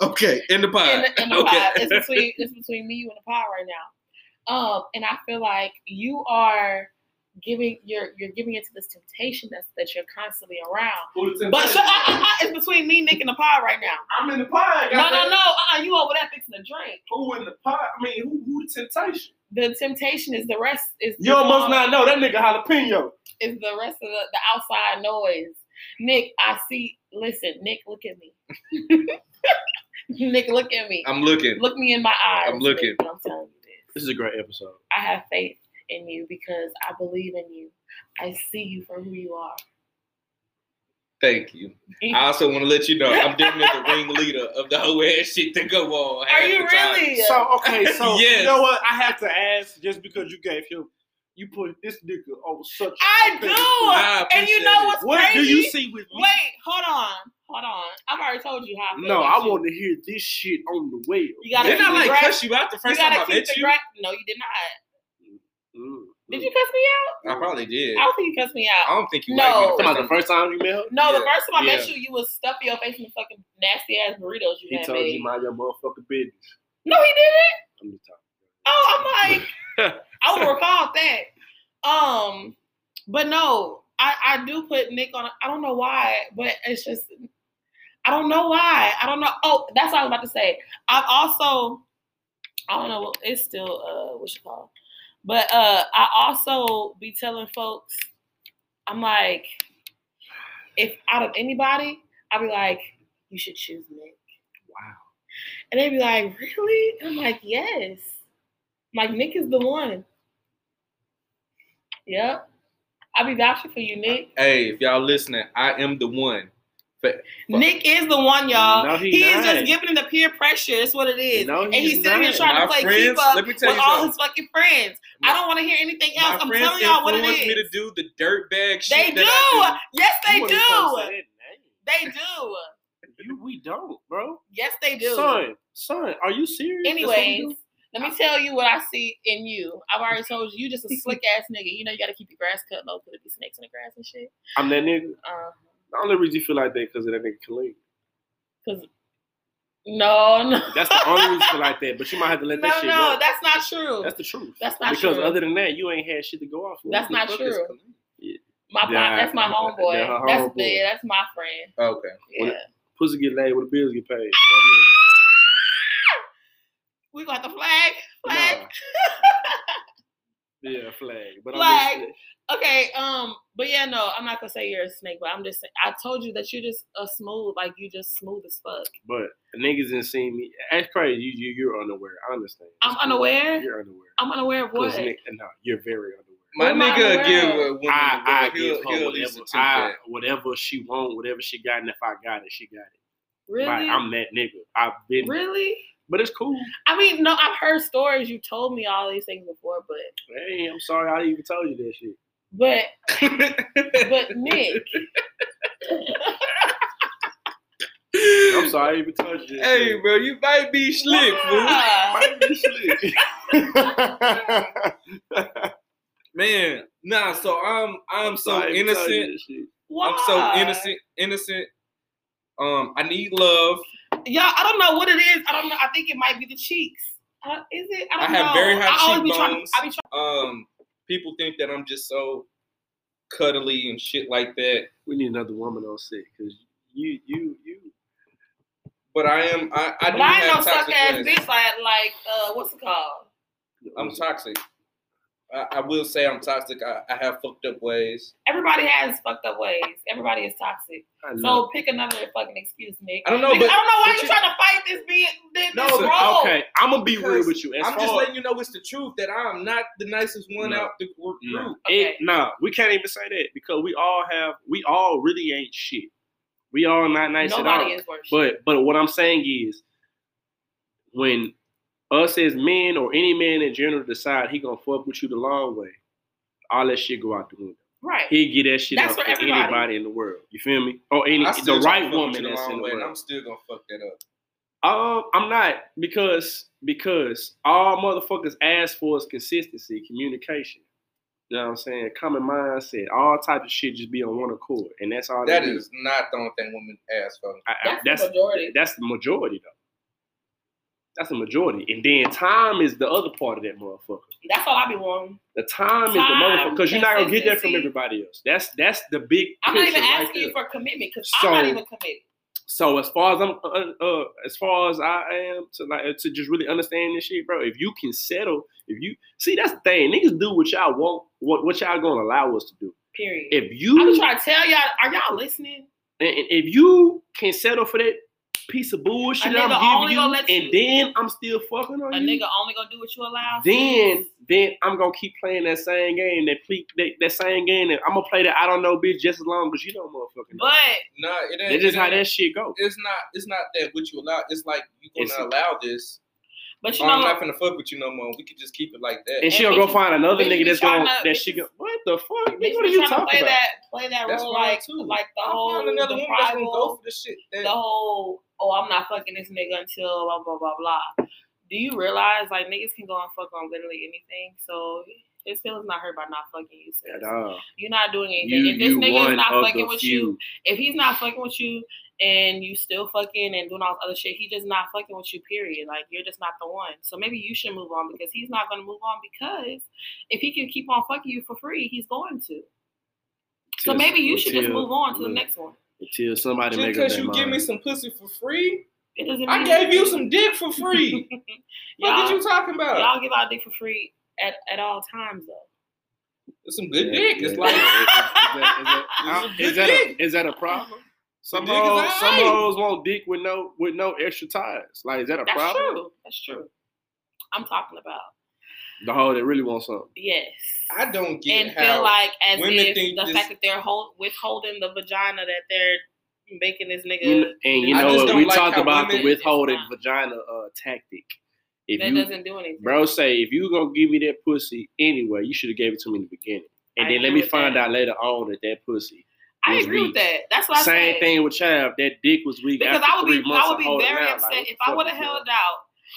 S1: now. Okay.
S2: okay, in the
S1: In
S2: pod.
S1: the, in the
S2: okay.
S1: pod, it's between it's between me you and the pod right now. Um, and I feel like you are giving you're you're giving into this temptation that's that you're constantly around. But so, uh, uh, uh, it's between me, Nick, and the pod right now.
S3: I'm in the pod.
S1: No, no, no. Uh, you over there fixing a drink.
S3: Who in the pod? I mean, who, who the temptation?
S1: the temptation is the rest is the, um,
S3: You almost not know that nigga jalapeno.
S1: is the rest of the, the outside noise. Nick, I see. Listen, Nick, look at me. Nick, look at me.
S2: I'm looking.
S1: look me in my eyes.
S2: I'm looking.
S1: Nick, and I'm telling you
S3: This
S1: this.
S3: is a great episode.
S1: I have faith in you because I believe in you. I see you for who you are.
S2: Thank you. I also want to let you know I'm damn near the ringleader of the whole ass shit that go on. half
S1: Are you
S2: the time.
S1: really?
S3: So okay, so
S2: Yes.
S3: you know what? I have to ask just because you gave him, you put this nigga on such. a
S1: I do.
S2: I
S1: And you
S2: appreciate
S1: know
S2: it.
S1: what's
S3: What
S1: crazy?
S3: do you see with me?
S1: Wait, hold on, hold on. I've already told you how. I feel
S3: No,
S1: about
S3: I
S1: you.
S3: want to hear this shit on the way.
S1: You gotta
S2: Didn't I
S1: keep
S2: like
S1: the gra-
S2: cuss you out the
S1: You
S2: first time I
S1: gotta keep
S2: met
S1: the
S2: you?
S1: gra- No, you did not.
S3: Mm,
S1: Did
S3: mm.
S1: you cuss me out?
S2: I probably did.
S1: I don't think you cussed me out.
S2: I don't think you
S1: No.
S2: like me. the
S3: Talking
S2: first
S3: about the
S2: time.
S3: first time you met her,
S1: No, the
S2: Yeah,
S1: first time I met
S3: yeah.
S1: you, you was stuffing your face in the fucking nasty ass burritos you
S3: he
S1: had
S3: told
S1: made.
S3: you mind your motherfucking business.
S1: no, he didn't.
S3: I'm just talking.
S1: Oh, I'm like, I would recall that. Um, but no, I I do put Nick on. I don't know why, but it's just I don't know why. I don't know. Oh, that's what I was about to say. I've also I don't know. what It's still uh, what you call, it. but uh, I also be telling folks, I'm like, if out of anybody, I'll be like, you should choose Nick.
S3: Wow.
S1: And they'd be like, really? And I'm like, yes. I'm like, Nick is the one. Yep. I'll be vouching for you, Nick.
S2: Hey, if y'all listening, I am the one. Fuck.
S1: Nick is the one, y'all.
S3: No,
S1: he
S3: Mm, he
S1: is just
S3: not.
S1: giving in the peer pressure. That's what it is.
S3: No,
S1: and
S3: he's
S1: he's sitting here
S3: not.
S1: trying
S2: my
S1: to play
S2: friends,
S1: keep up
S2: let me
S1: with
S2: tell you
S1: all
S2: something.
S1: his fucking friends. I
S2: My-
S1: don't want to hear anything
S2: My
S1: else. I'm
S2: friends
S1: telling y'all what it
S2: influenced me to
S1: is.
S2: do the dirtbag
S1: They
S2: shit
S1: do.
S2: that
S1: Yes, they
S3: You wasn't supposed
S1: do.
S3: to say
S1: They do.
S3: that name. You, we don't, bro.
S1: Yes, they do.
S3: Son, son, are you serious? That's what we
S1: Anyways,
S3: do?
S1: let me tell you what I see in you. I've already told you, you just a slick ass nigga. You know, you got to keep your grass cut low because it be snakes in the grass and shit.
S3: I'm that nigga.
S1: Um,
S3: The only reason you feel like that because of that nigga Khalid.
S1: no, no,
S3: That's the only reason you feel like that. But you might have to let that
S1: no,
S3: shit
S1: no.
S3: go.
S1: That's not true.
S3: That's the truth.
S1: That's not
S3: because
S1: true.
S3: other than that, you ain't had shit to go off. with.
S1: That's
S3: Who the
S1: not
S3: fuck is
S1: true.
S3: Khalid?
S1: my
S3: Nah,
S1: my- that's my
S3: nah,
S1: homeboy.
S3: nah, her
S1: that's
S3: homeboy.
S1: the that's my friend.
S2: do. Okay.
S1: Yeah.
S3: Well, Pussy get laid when the bills get paid. That
S1: we got the flag. Flag.
S3: nigga. Nah. yeah, flag. But
S1: Flag.
S3: I'm just,
S1: Okay, um, but yeah, no, I'm not gonna say you're a snake, but I'm just saying I told you that you're just a smooth, like you just smooth as fuck.
S3: but niggas didn't see me. That's crazy. You, you you're unaware. I understand.
S1: I'm unaware?
S3: You're unaware.
S1: I'm unaware of what.
S3: Because nigga, no, you're very unaware.
S1: Where
S2: My
S1: Oh, my
S2: nigga
S1: rap?
S2: give a woman
S3: I, I
S2: the will. He'll, he'll
S3: give her
S2: at
S3: whatever,
S2: least attempt
S3: I,
S2: that.
S3: whatever she want, whatever she got, and if I got it, she got it.
S1: really,
S3: Like, I'm that nigga. I've been,
S1: really.
S3: but it's cool.
S1: I mean, no, I've heard stories. You told me all these things before, but
S3: Hey, I'm sorry I even told you that shit.
S1: but but Nick,
S3: I'm sorry I even told you. That
S2: Hey,
S3: shit.
S2: bro, you might be slick, fool.
S1: why?
S2: Man, nah. So I'm I'm so
S3: Sorry I even told you
S2: innocent.
S3: that shit.
S2: I'm so
S1: Why?
S2: innocent. Innocent. Um, I need love.
S1: Y'all, I don't know what it is. I don't know. I think it might be the cheeks. Uh, is it? I
S2: I
S1: don't know.
S2: have very high
S1: I always be trying.
S2: cheekbones.
S1: I be trying.
S2: Um, people think that I'm just so cuddly and shit like that.
S3: We need another woman on set because you, you, you,
S2: But I am. I, I do
S1: But I ain't no
S2: have
S1: suck
S2: toxic
S1: ass
S2: friends.
S1: bitch like like uh what's it called?
S2: I'm toxic. I, I will say I'm toxic. I, I have fucked up ways.
S1: Everybody has fucked up ways. Everybody is toxic.
S3: I know.
S1: So pick another fucking excuse, Nick.
S2: I don't know,
S1: Because
S2: but
S1: I don't know why
S2: but
S1: you
S2: you-
S1: trying to fight this being this,
S3: No,
S1: this
S2: so-
S1: role.
S3: okay. I'm gonna be real
S2: Because
S3: with you. As
S2: I'm just
S3: far-
S2: letting you know it's the truth that I'm not the nicest one
S3: No.
S2: out the group.
S3: No,
S1: Okay.
S3: it, nah, we can't even say that because we all have, we all really ain't shit. We all not nice at all.
S1: Nobody is worth shit.
S3: But but what I'm saying is, when us as men or any man in general decide he gonna fuck with you the long way, all that shit go out the window.
S1: Right.
S3: He get that shit
S1: That's
S3: off
S1: for
S3: of
S1: everybody.
S3: anybody in the world. You feel me? Or any
S2: I
S3: the
S2: still try to fuck
S3: right
S2: with
S3: woman
S2: you the
S3: that's in
S2: long
S3: the
S2: way, and
S3: world.
S2: I'm still gonna fuck that up.
S3: Um, I'm not because because all motherfuckers ask for is consistency, communication. You know what I'm saying? Common mindset, all type of shit, just be on one accord, and that's all.
S2: That
S3: they do.
S2: is not the only thing women ask for.
S3: I, I-
S1: That's the
S3: that's
S1: majority.
S3: That's the majority, though. That's the majority, and then time is the other part of that motherfucker.
S1: That's all I be wanting.
S3: The time, is the motherfucker
S1: Time,
S3: because you're not gonna get that from
S1: consistency.
S3: everybody else. That's that's the big.
S1: I'm not
S3: picture
S1: even
S3: right
S1: asking you
S3: there.
S1: for commitment because
S3: So-
S1: I'm not even committed.
S3: So as far as I'm, uh, uh, as far as I am to like uh, to just really understand this shit, bro. If you can settle, if you see that's the thing, niggas do what y'all want, what what y'all gonna allow us to do.
S1: Period.
S3: If
S1: I
S3: you
S1: be trying to tell y'all. Are y'all listening?
S3: and- and if you can settle for that piece of bullshit
S1: A nigga
S3: I'm
S1: only
S3: giving you,
S1: gonna let
S3: and
S1: you-
S3: then I'm still fucking
S1: A
S3: on
S2: Mm-hmm.
S3: you,
S1: nigga only gonna do what you allow.
S3: then
S1: sis.
S3: then I'm gonna keep playing that same game, that ple- that, that same game, and I'm gonna play that I don't know bitch just as long as you don't motherfucking. know.
S1: But
S2: Nah, it ain't.
S3: That's just
S2: it
S3: how
S2: ain't-
S3: that shit go.
S2: It's not. It's not that what you allow. It's like you gonna
S3: It's-
S2: allow this.
S1: but you
S2: Oh, I'm
S1: know
S2: not finna fuck with you no more. We could just keep it like that.
S3: And
S1: And
S3: she'll go
S1: bitches-
S3: find another
S1: bitches
S3: nigga
S1: be
S3: that's
S1: trying
S3: going
S1: to-
S3: that she
S1: bitches-
S3: go, what the fuck?
S1: bitch,
S3: Nigga, what are
S1: be
S3: you
S1: trying to play
S3: talking about?
S1: that play that
S2: That's
S1: role
S2: fine,
S1: like
S2: too.
S1: like the
S2: I
S1: whole
S2: found another
S1: Oh, the
S2: woman that's gonna
S1: primal-
S2: go for the shit. That,
S1: the whole oh I'm not fucking this nigga until blah blah blah blah. Do you realize like niggas can go and fuck on literally anything? So his feelings not hurt by not fucking you. sis.
S3: At all.
S1: You're not doing anything.
S3: You,
S1: if this
S3: you
S1: nigga
S3: one
S1: is not
S3: of
S1: fucking
S3: the
S1: with you,
S3: few.
S1: if he's not fucking with you and you still fucking and doing all this other shit, he just not fucking with you, period. Like you're just not the one. So maybe you should move on because he's not gonna move on because if he can keep on fucking you for free, he's going to. So
S3: Till-
S1: maybe you should just
S3: until-
S1: move on to the
S3: look,
S1: next one.
S3: Until somebody
S2: just
S3: make
S2: because
S3: up
S2: you
S3: their
S2: give me
S3: mind.
S2: some pussy for free,
S1: It doesn't
S2: I
S1: mean-
S2: gave you some dick for free. what
S1: Y'all-
S2: did you talking about?
S1: Y'all give out dick for free at, at all times though.
S2: It's some good
S3: Yeah,
S2: dick.
S3: yeah.
S2: It's like
S3: Uh,
S2: Good
S3: is that
S2: dick.
S3: a, is that a problem? Some
S2: dick is
S3: hoes,
S2: alright.
S3: some hoes want dick with no with no extra ties. Like is that a
S1: That's
S3: problem?
S1: true. That's true. I'm talking about
S3: The hoe that really wants something.
S1: yes.
S2: I don't get
S1: and
S2: how.
S1: feel like as
S2: women
S1: if
S2: think
S1: the
S2: this-
S1: fact that they're hold, withholding the vagina that they're making this nigga
S3: You kn- and you
S2: I
S3: know
S2: just
S3: what
S2: don't
S3: we
S2: like
S3: talked
S2: how
S3: about the
S1: women-
S3: withholding
S1: It's
S3: vagina uh, tactic. If
S1: that
S3: you
S1: doesn't do anything.
S3: Bro, say if you gonna give me that pussy anyway, you should have gave it to me in the beginning, and
S1: I
S3: then let
S1: agree
S3: me
S1: with
S3: find
S1: that.
S3: out later on that that pussy.
S1: I
S3: was
S1: agree
S3: weak.
S1: with that. That's what I
S3: Same
S1: said.
S3: thing with child. That dick was weak.
S1: because
S3: after
S1: I would
S3: three
S1: be I
S3: months of
S1: would be
S3: holding
S1: very
S3: out,
S1: upset
S3: like, what
S1: if
S3: the
S1: I
S3: fuck
S1: would
S3: is
S1: have
S3: that?
S1: held out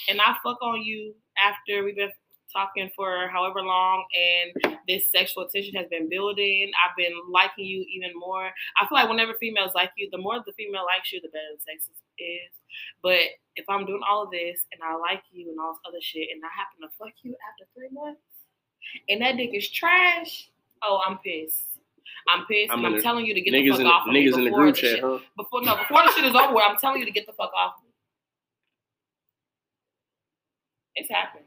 S1: and I fuck on you after we've been talking for however long and this sexual tension has been building. I've been liking you even more. I feel like whenever females like you, the more the female likes you, the better the sex is- is. But if I'm doing all of this and I like you and all this other shit and I happen to fuck you after three months and that dick is trash, oh I'm pissed. I'm pissed
S3: I'm
S1: and
S3: in
S1: I'm
S3: a-
S1: telling you to get the
S3: Niggas
S1: fuck
S3: in
S1: off
S3: the,
S1: of me
S3: niggas in the
S1: before
S3: group
S1: the
S3: chat,
S1: shit-
S3: huh?
S1: before no, before the shit is over, with, I'm telling you to get the fuck off me. It's happening.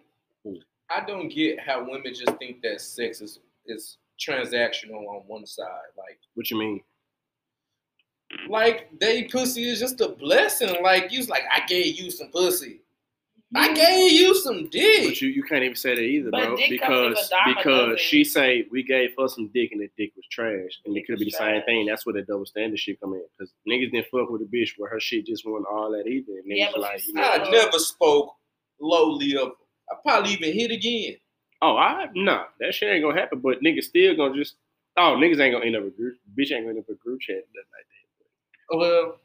S2: I don't get how women just think that sex is is transactional on one side. Like
S3: What you mean?
S2: like they pussy is just a blessing. Like you's like I gave you some pussy. I gave you some
S3: But
S2: dick.
S3: you, you can't even say that either,
S1: But
S3: bro.
S1: dick comes with a
S3: Because
S1: dime a
S3: because
S1: dozen.
S3: she say we gave her some dick and the dick was trash, and it
S1: Dick
S3: could
S1: was
S3: be the same
S1: trash.
S3: thing. That's where the double standard shit come in. Because niggas didn't fuck with a bitch where her shit just wasn't all that either. And niggas
S1: Yeah, but
S3: like,
S1: you
S3: you know,
S1: said-
S2: I never spoke lowly of. I probably even hit again.
S3: Oh, I nah, that shit ain't gonna happen. But niggas still gonna just oh niggas ain't gonna end up a group bitch ain't gonna end up a group chat nothing like
S2: Well,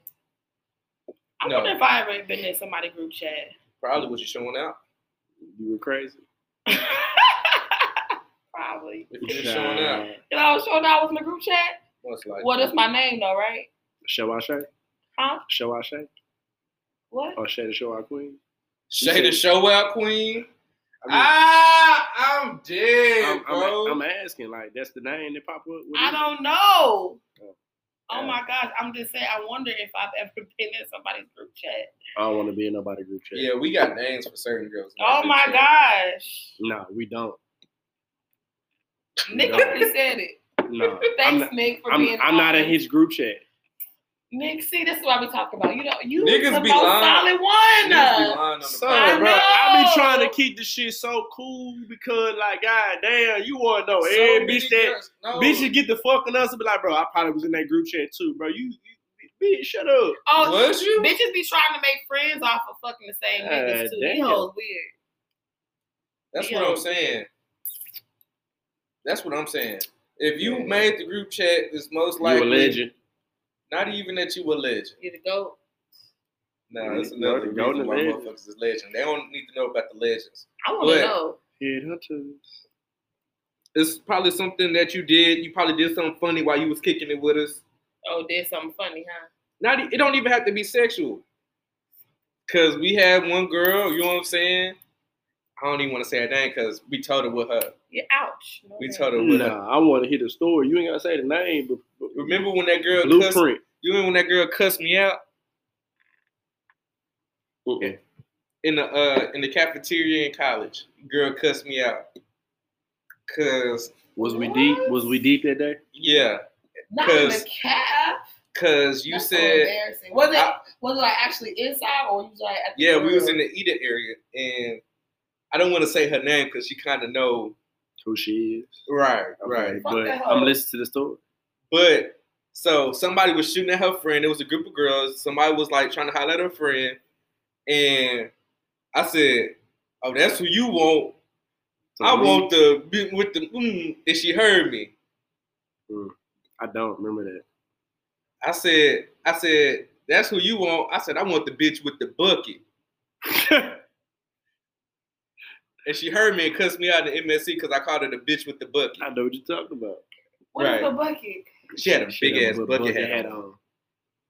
S1: I
S2: No.
S1: wonder if I ever been in somebody group chat.
S2: probably was you showing out.
S3: that. You were crazy.
S1: Probably.
S2: If you just showing out,
S1: You know, showing I was in the group chat.
S2: most likely.
S1: Well, that's my name though, right?
S3: Show I shake?
S1: Huh?
S3: Show I shake?
S1: What?
S3: Or Shay the show I queen?
S2: Shay the show out queen.
S3: I mean,
S2: Ah, I'm dead,
S3: I'm, I'm,
S2: bro.
S3: I'm asking like that's the name that pop up. With
S1: I
S3: it?
S1: don't know. Oh my gosh, I'm just saying. I wonder if I've ever been in somebody's group chat.
S3: I don't want to be in nobody group chat.
S2: Yeah, we got names for certain girls. in our
S1: Oh
S2: group
S1: my
S2: chat.
S1: gosh,
S3: No, we don't.
S1: Nick
S3: No.
S1: already said it.
S3: No, Uh, I'm
S1: Thanks,
S3: not,
S1: Nick, for
S3: I'm,
S1: being.
S3: I'm not in
S1: honest.
S3: his group chat.
S1: Nick, see, this is what I be talking about. You know, you
S2: Niggas
S1: the
S2: be
S1: most
S2: lying.
S1: solid one.
S2: Niggas be lying on the
S3: So,
S1: I
S2: phone.
S3: bro, I be
S1: know.
S3: trying to keep the shit so cool because, like, god damn, you want to know
S2: So
S3: every
S2: many
S3: bitch that
S2: girls- no.
S3: bitches get the fucking us and be like, bro, I probably was in that group chat too, bro. You, you bitch, shut up.
S1: Oh,
S2: Was you?
S1: bitches be trying to make friends off of fucking the
S2: Ah,
S1: same niggas
S3: Uh,
S1: too.
S3: damn.
S1: These hoes weird.
S2: That's what I'm saying. That's what I'm saying. If you
S3: Yeah.
S2: made the group chat, it's most
S3: You a
S2: likely
S3: legend.
S2: not even that you a legend.
S1: You the goat.
S2: No, that's
S3: Mhm.
S2: another
S3: Go to
S2: reason why
S3: legend.
S2: motherfuckers is legend. They don't need to know about the legends.
S1: I want to
S2: But-
S1: know.
S3: Yeah, her too.
S2: It's probably something that you did. You probably did something funny while you was kicking it with us.
S1: Oh, did something funny, huh?
S2: Not e- it don't even have to be sexual. Cause we had one girl, you know what I'm saying? I don't even want to say her name because we told her with her.
S1: Yeah, ouch. No,
S2: We
S1: man.
S2: told her with her.
S3: Nah, I want to hear the story. You ain't gotta say the name, but, but
S2: Remember when that girl cussed,
S3: blueprint.
S2: you remember when that girl cussed me out?
S3: Mm-mm.
S2: in the uh in the cafeteria in college. Girl cussed me out. Cause
S3: Was we deep? Was we deep that day?
S2: yeah,
S1: Not in the
S2: Cause
S1: cab.
S2: cause you
S1: That's so
S2: said
S1: embarrassing. Was it
S2: I-
S1: was it like actually inside or was it like at the
S2: yeah, we was in the Eda area and I don't want to say her name because she kind of know
S3: Who she is?
S2: right,
S3: Okay,
S2: right.
S1: Fuck
S3: But
S1: that
S3: I'm
S1: hoe.
S3: listening to the story.
S2: But so somebody was shooting at her friend. It was a group of girls. Somebody was like trying to holler at her friend, and I said, "Oh, that's who you want. I want the bit with the mm, and she heard me.
S3: I don't remember that.
S2: I said, I said, that's who you want. I said, I want the bitch with the bucket. And she heard me and cussed me out in MSC because I called her the bitch with the bucket.
S3: I know what you're talking about.
S1: What is
S2: right.
S1: the bucket?
S2: She had a big ass
S3: bu-
S2: bucket, hat. on.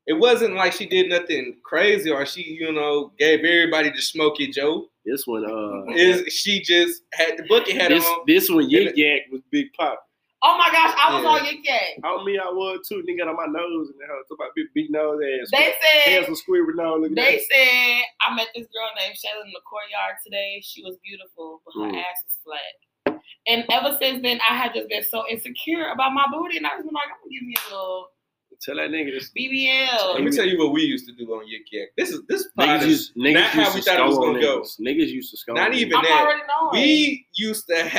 S2: It wasn't like she did nothing crazy or she, you know, gave everybody the smoky Joe.
S3: This one, uh,
S2: Is she just had the bucket hat
S3: this
S2: on?
S3: this one, Yik
S2: And
S3: Yak was big pop.
S1: Oh my gosh, I was
S2: Yeah.
S1: on your gang.
S3: I mean, I was too. Nigga got on my nose and how talking about big, big nose ass.
S1: They
S3: ass
S1: said
S3: was squirting all look at
S1: they
S3: that.
S1: said I met this girl named Shayla in the courtyard today. She was beautiful, but her
S3: Mm.
S1: ass was flat. And ever since then, I have just been so insecure about my booty, and I was like, I'm gonna give me a little
S3: Tell that nigga this.
S2: Let me
S1: BBL.
S2: tell you what we used to do on Yik Yak. This is this
S3: Niggas
S2: podcast.
S3: used, niggas
S2: not how
S3: used
S2: we
S3: to
S2: thought it was
S3: score on
S2: gonna go.
S3: niggas. Niggas used to score.
S2: Not
S3: on
S2: even
S1: I'm
S3: niggas.
S2: that.
S1: already knowing.
S2: we used to have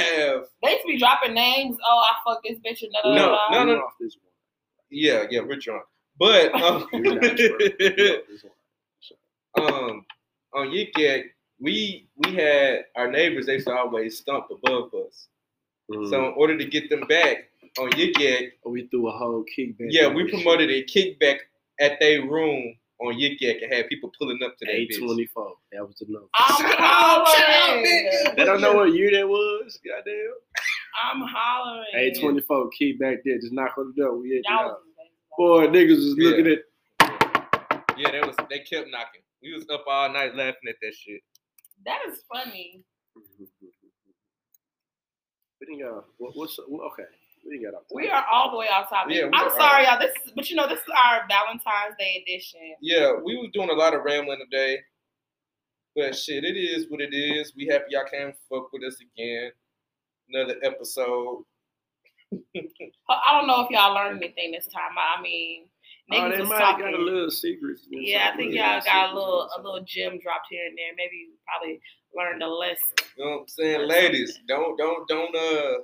S1: they used to be dropping names. Oh, I fucked this bitch. And da, da, da,
S2: No,
S1: da.
S2: no,
S3: We're off this one.
S2: yeah, yeah, we're drunk. But um,
S3: We're not drunk. We're off this one.
S2: um on Yik Yak, we we had our neighbors, they used to always stump above us.
S3: Mm.
S2: So in order to get them back on Yik Yak,
S3: we threw a whole kickback.
S2: yeah,
S3: on
S2: we
S3: this
S2: promoted a kickback at their room on Yik Yak and had people pulling up to
S3: shit.
S2: that bitch.
S3: 824. That was the number.
S1: I'm
S2: Shut up, shut up,
S1: hollering.
S2: nigga.
S3: They don't know what year that was. Goddamn.
S1: I'm hollering.
S3: 824 key back there. Just knock on the door. We hit the
S1: Y'all
S3: house.
S1: was
S3: Boy, niggas was
S2: Yeah.
S3: looking at.
S2: Yeah, that was they kept knocking. We was up all night laughing at that shit.
S1: That is funny.
S3: We didn't got. What, what's what, okay? We didn't got. off
S1: We
S3: topic.
S1: are all the way off topic.
S2: Yeah, we
S1: I'm
S2: are.
S1: sorry, y'all. This, is, but you know, this is our Valentine's Day edition.
S2: Yeah, we was doing a lot of rambling today. But shit, it is what it is. We happy y'all came fuck with us again. Another episode.
S1: I I don't know if y'all learned anything this time. I I mean,
S3: Oh,
S1: niggas
S3: they
S1: was
S3: might
S1: talking.
S3: got a little secrets. you know,
S1: yeah, I
S3: something
S1: think
S3: little
S1: y'all got a
S3: secrets.
S1: little a little gem dropped here and there. Maybe you probably learned a lesson.
S2: You know what I'm saying? Ladies, don't don't don't uh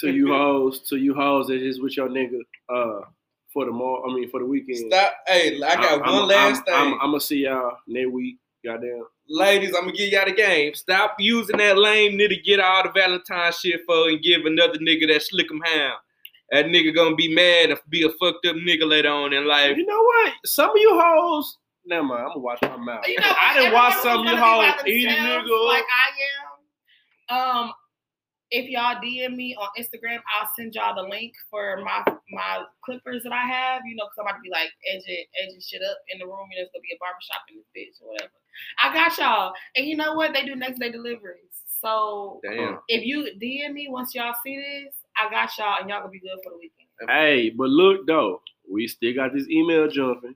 S3: To you hoes, to you hoes that is with your nigga. Uh, for the mall. I mean, for the weekend.
S2: Stop. Hey, I got one last thing.
S3: I'm, gonna see y'all next week. Goddamn.
S2: Ladies, I'm gonna give y'all the game. Stop using that lame nigga get all the Valentine shit for and give another nigga that slick him hound. That nigga gonna be mad and be a fucked up nigga later on in life.
S3: You know what? Some of you hoes. Never mind. I'm gonna watch my mouth.
S1: You know,
S3: I didn't watch
S1: everybody's
S3: some of you
S1: gonna be by
S3: hoes eat a
S1: themselves
S3: nigga up.
S1: Like I am. Um, if y'all DM me on Instagram, I'll send y'all the link for my my clippers that I have. You know, because I'm about to be like edging edging shit up in the room, and it's gonna be a barbershop in the bitch or whatever. I got y'all, and you know what? They do next day deliveries. So
S2: Damn.
S1: if you DM me once y'all see this, I got y'all, and y'all gonna be good for the weekend.
S3: Hey, but look though, We still got this email jumping.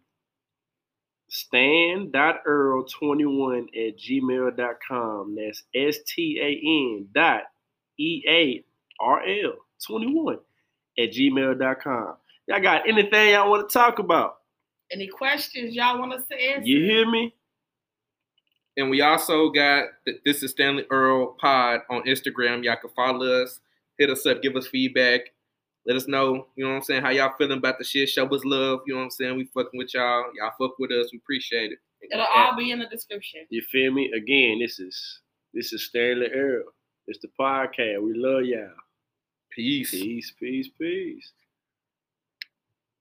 S3: Stan.earl21 at gmail.com. That's S T A N dot E A R L 21 at gmail.com. Y'all got anything y'all want to talk about?
S1: Any questions y'all want us to answer?
S3: You hear me?
S2: And we also got th- this is Stanley Earl Pod on Instagram. Y'all can follow us, hit us up, give us feedback, let us know, you know what I'm saying, how y'all feeling about the shit. Show us love, you know what I'm saying? We fucking with y'all. Y'all fuck with us. We appreciate it.
S1: It'll all be in the description.
S3: You feel me? Again, this is this is Stanley Earl. It's the podcast. We love y'all.
S2: Peace.
S3: Peace, peace, peace.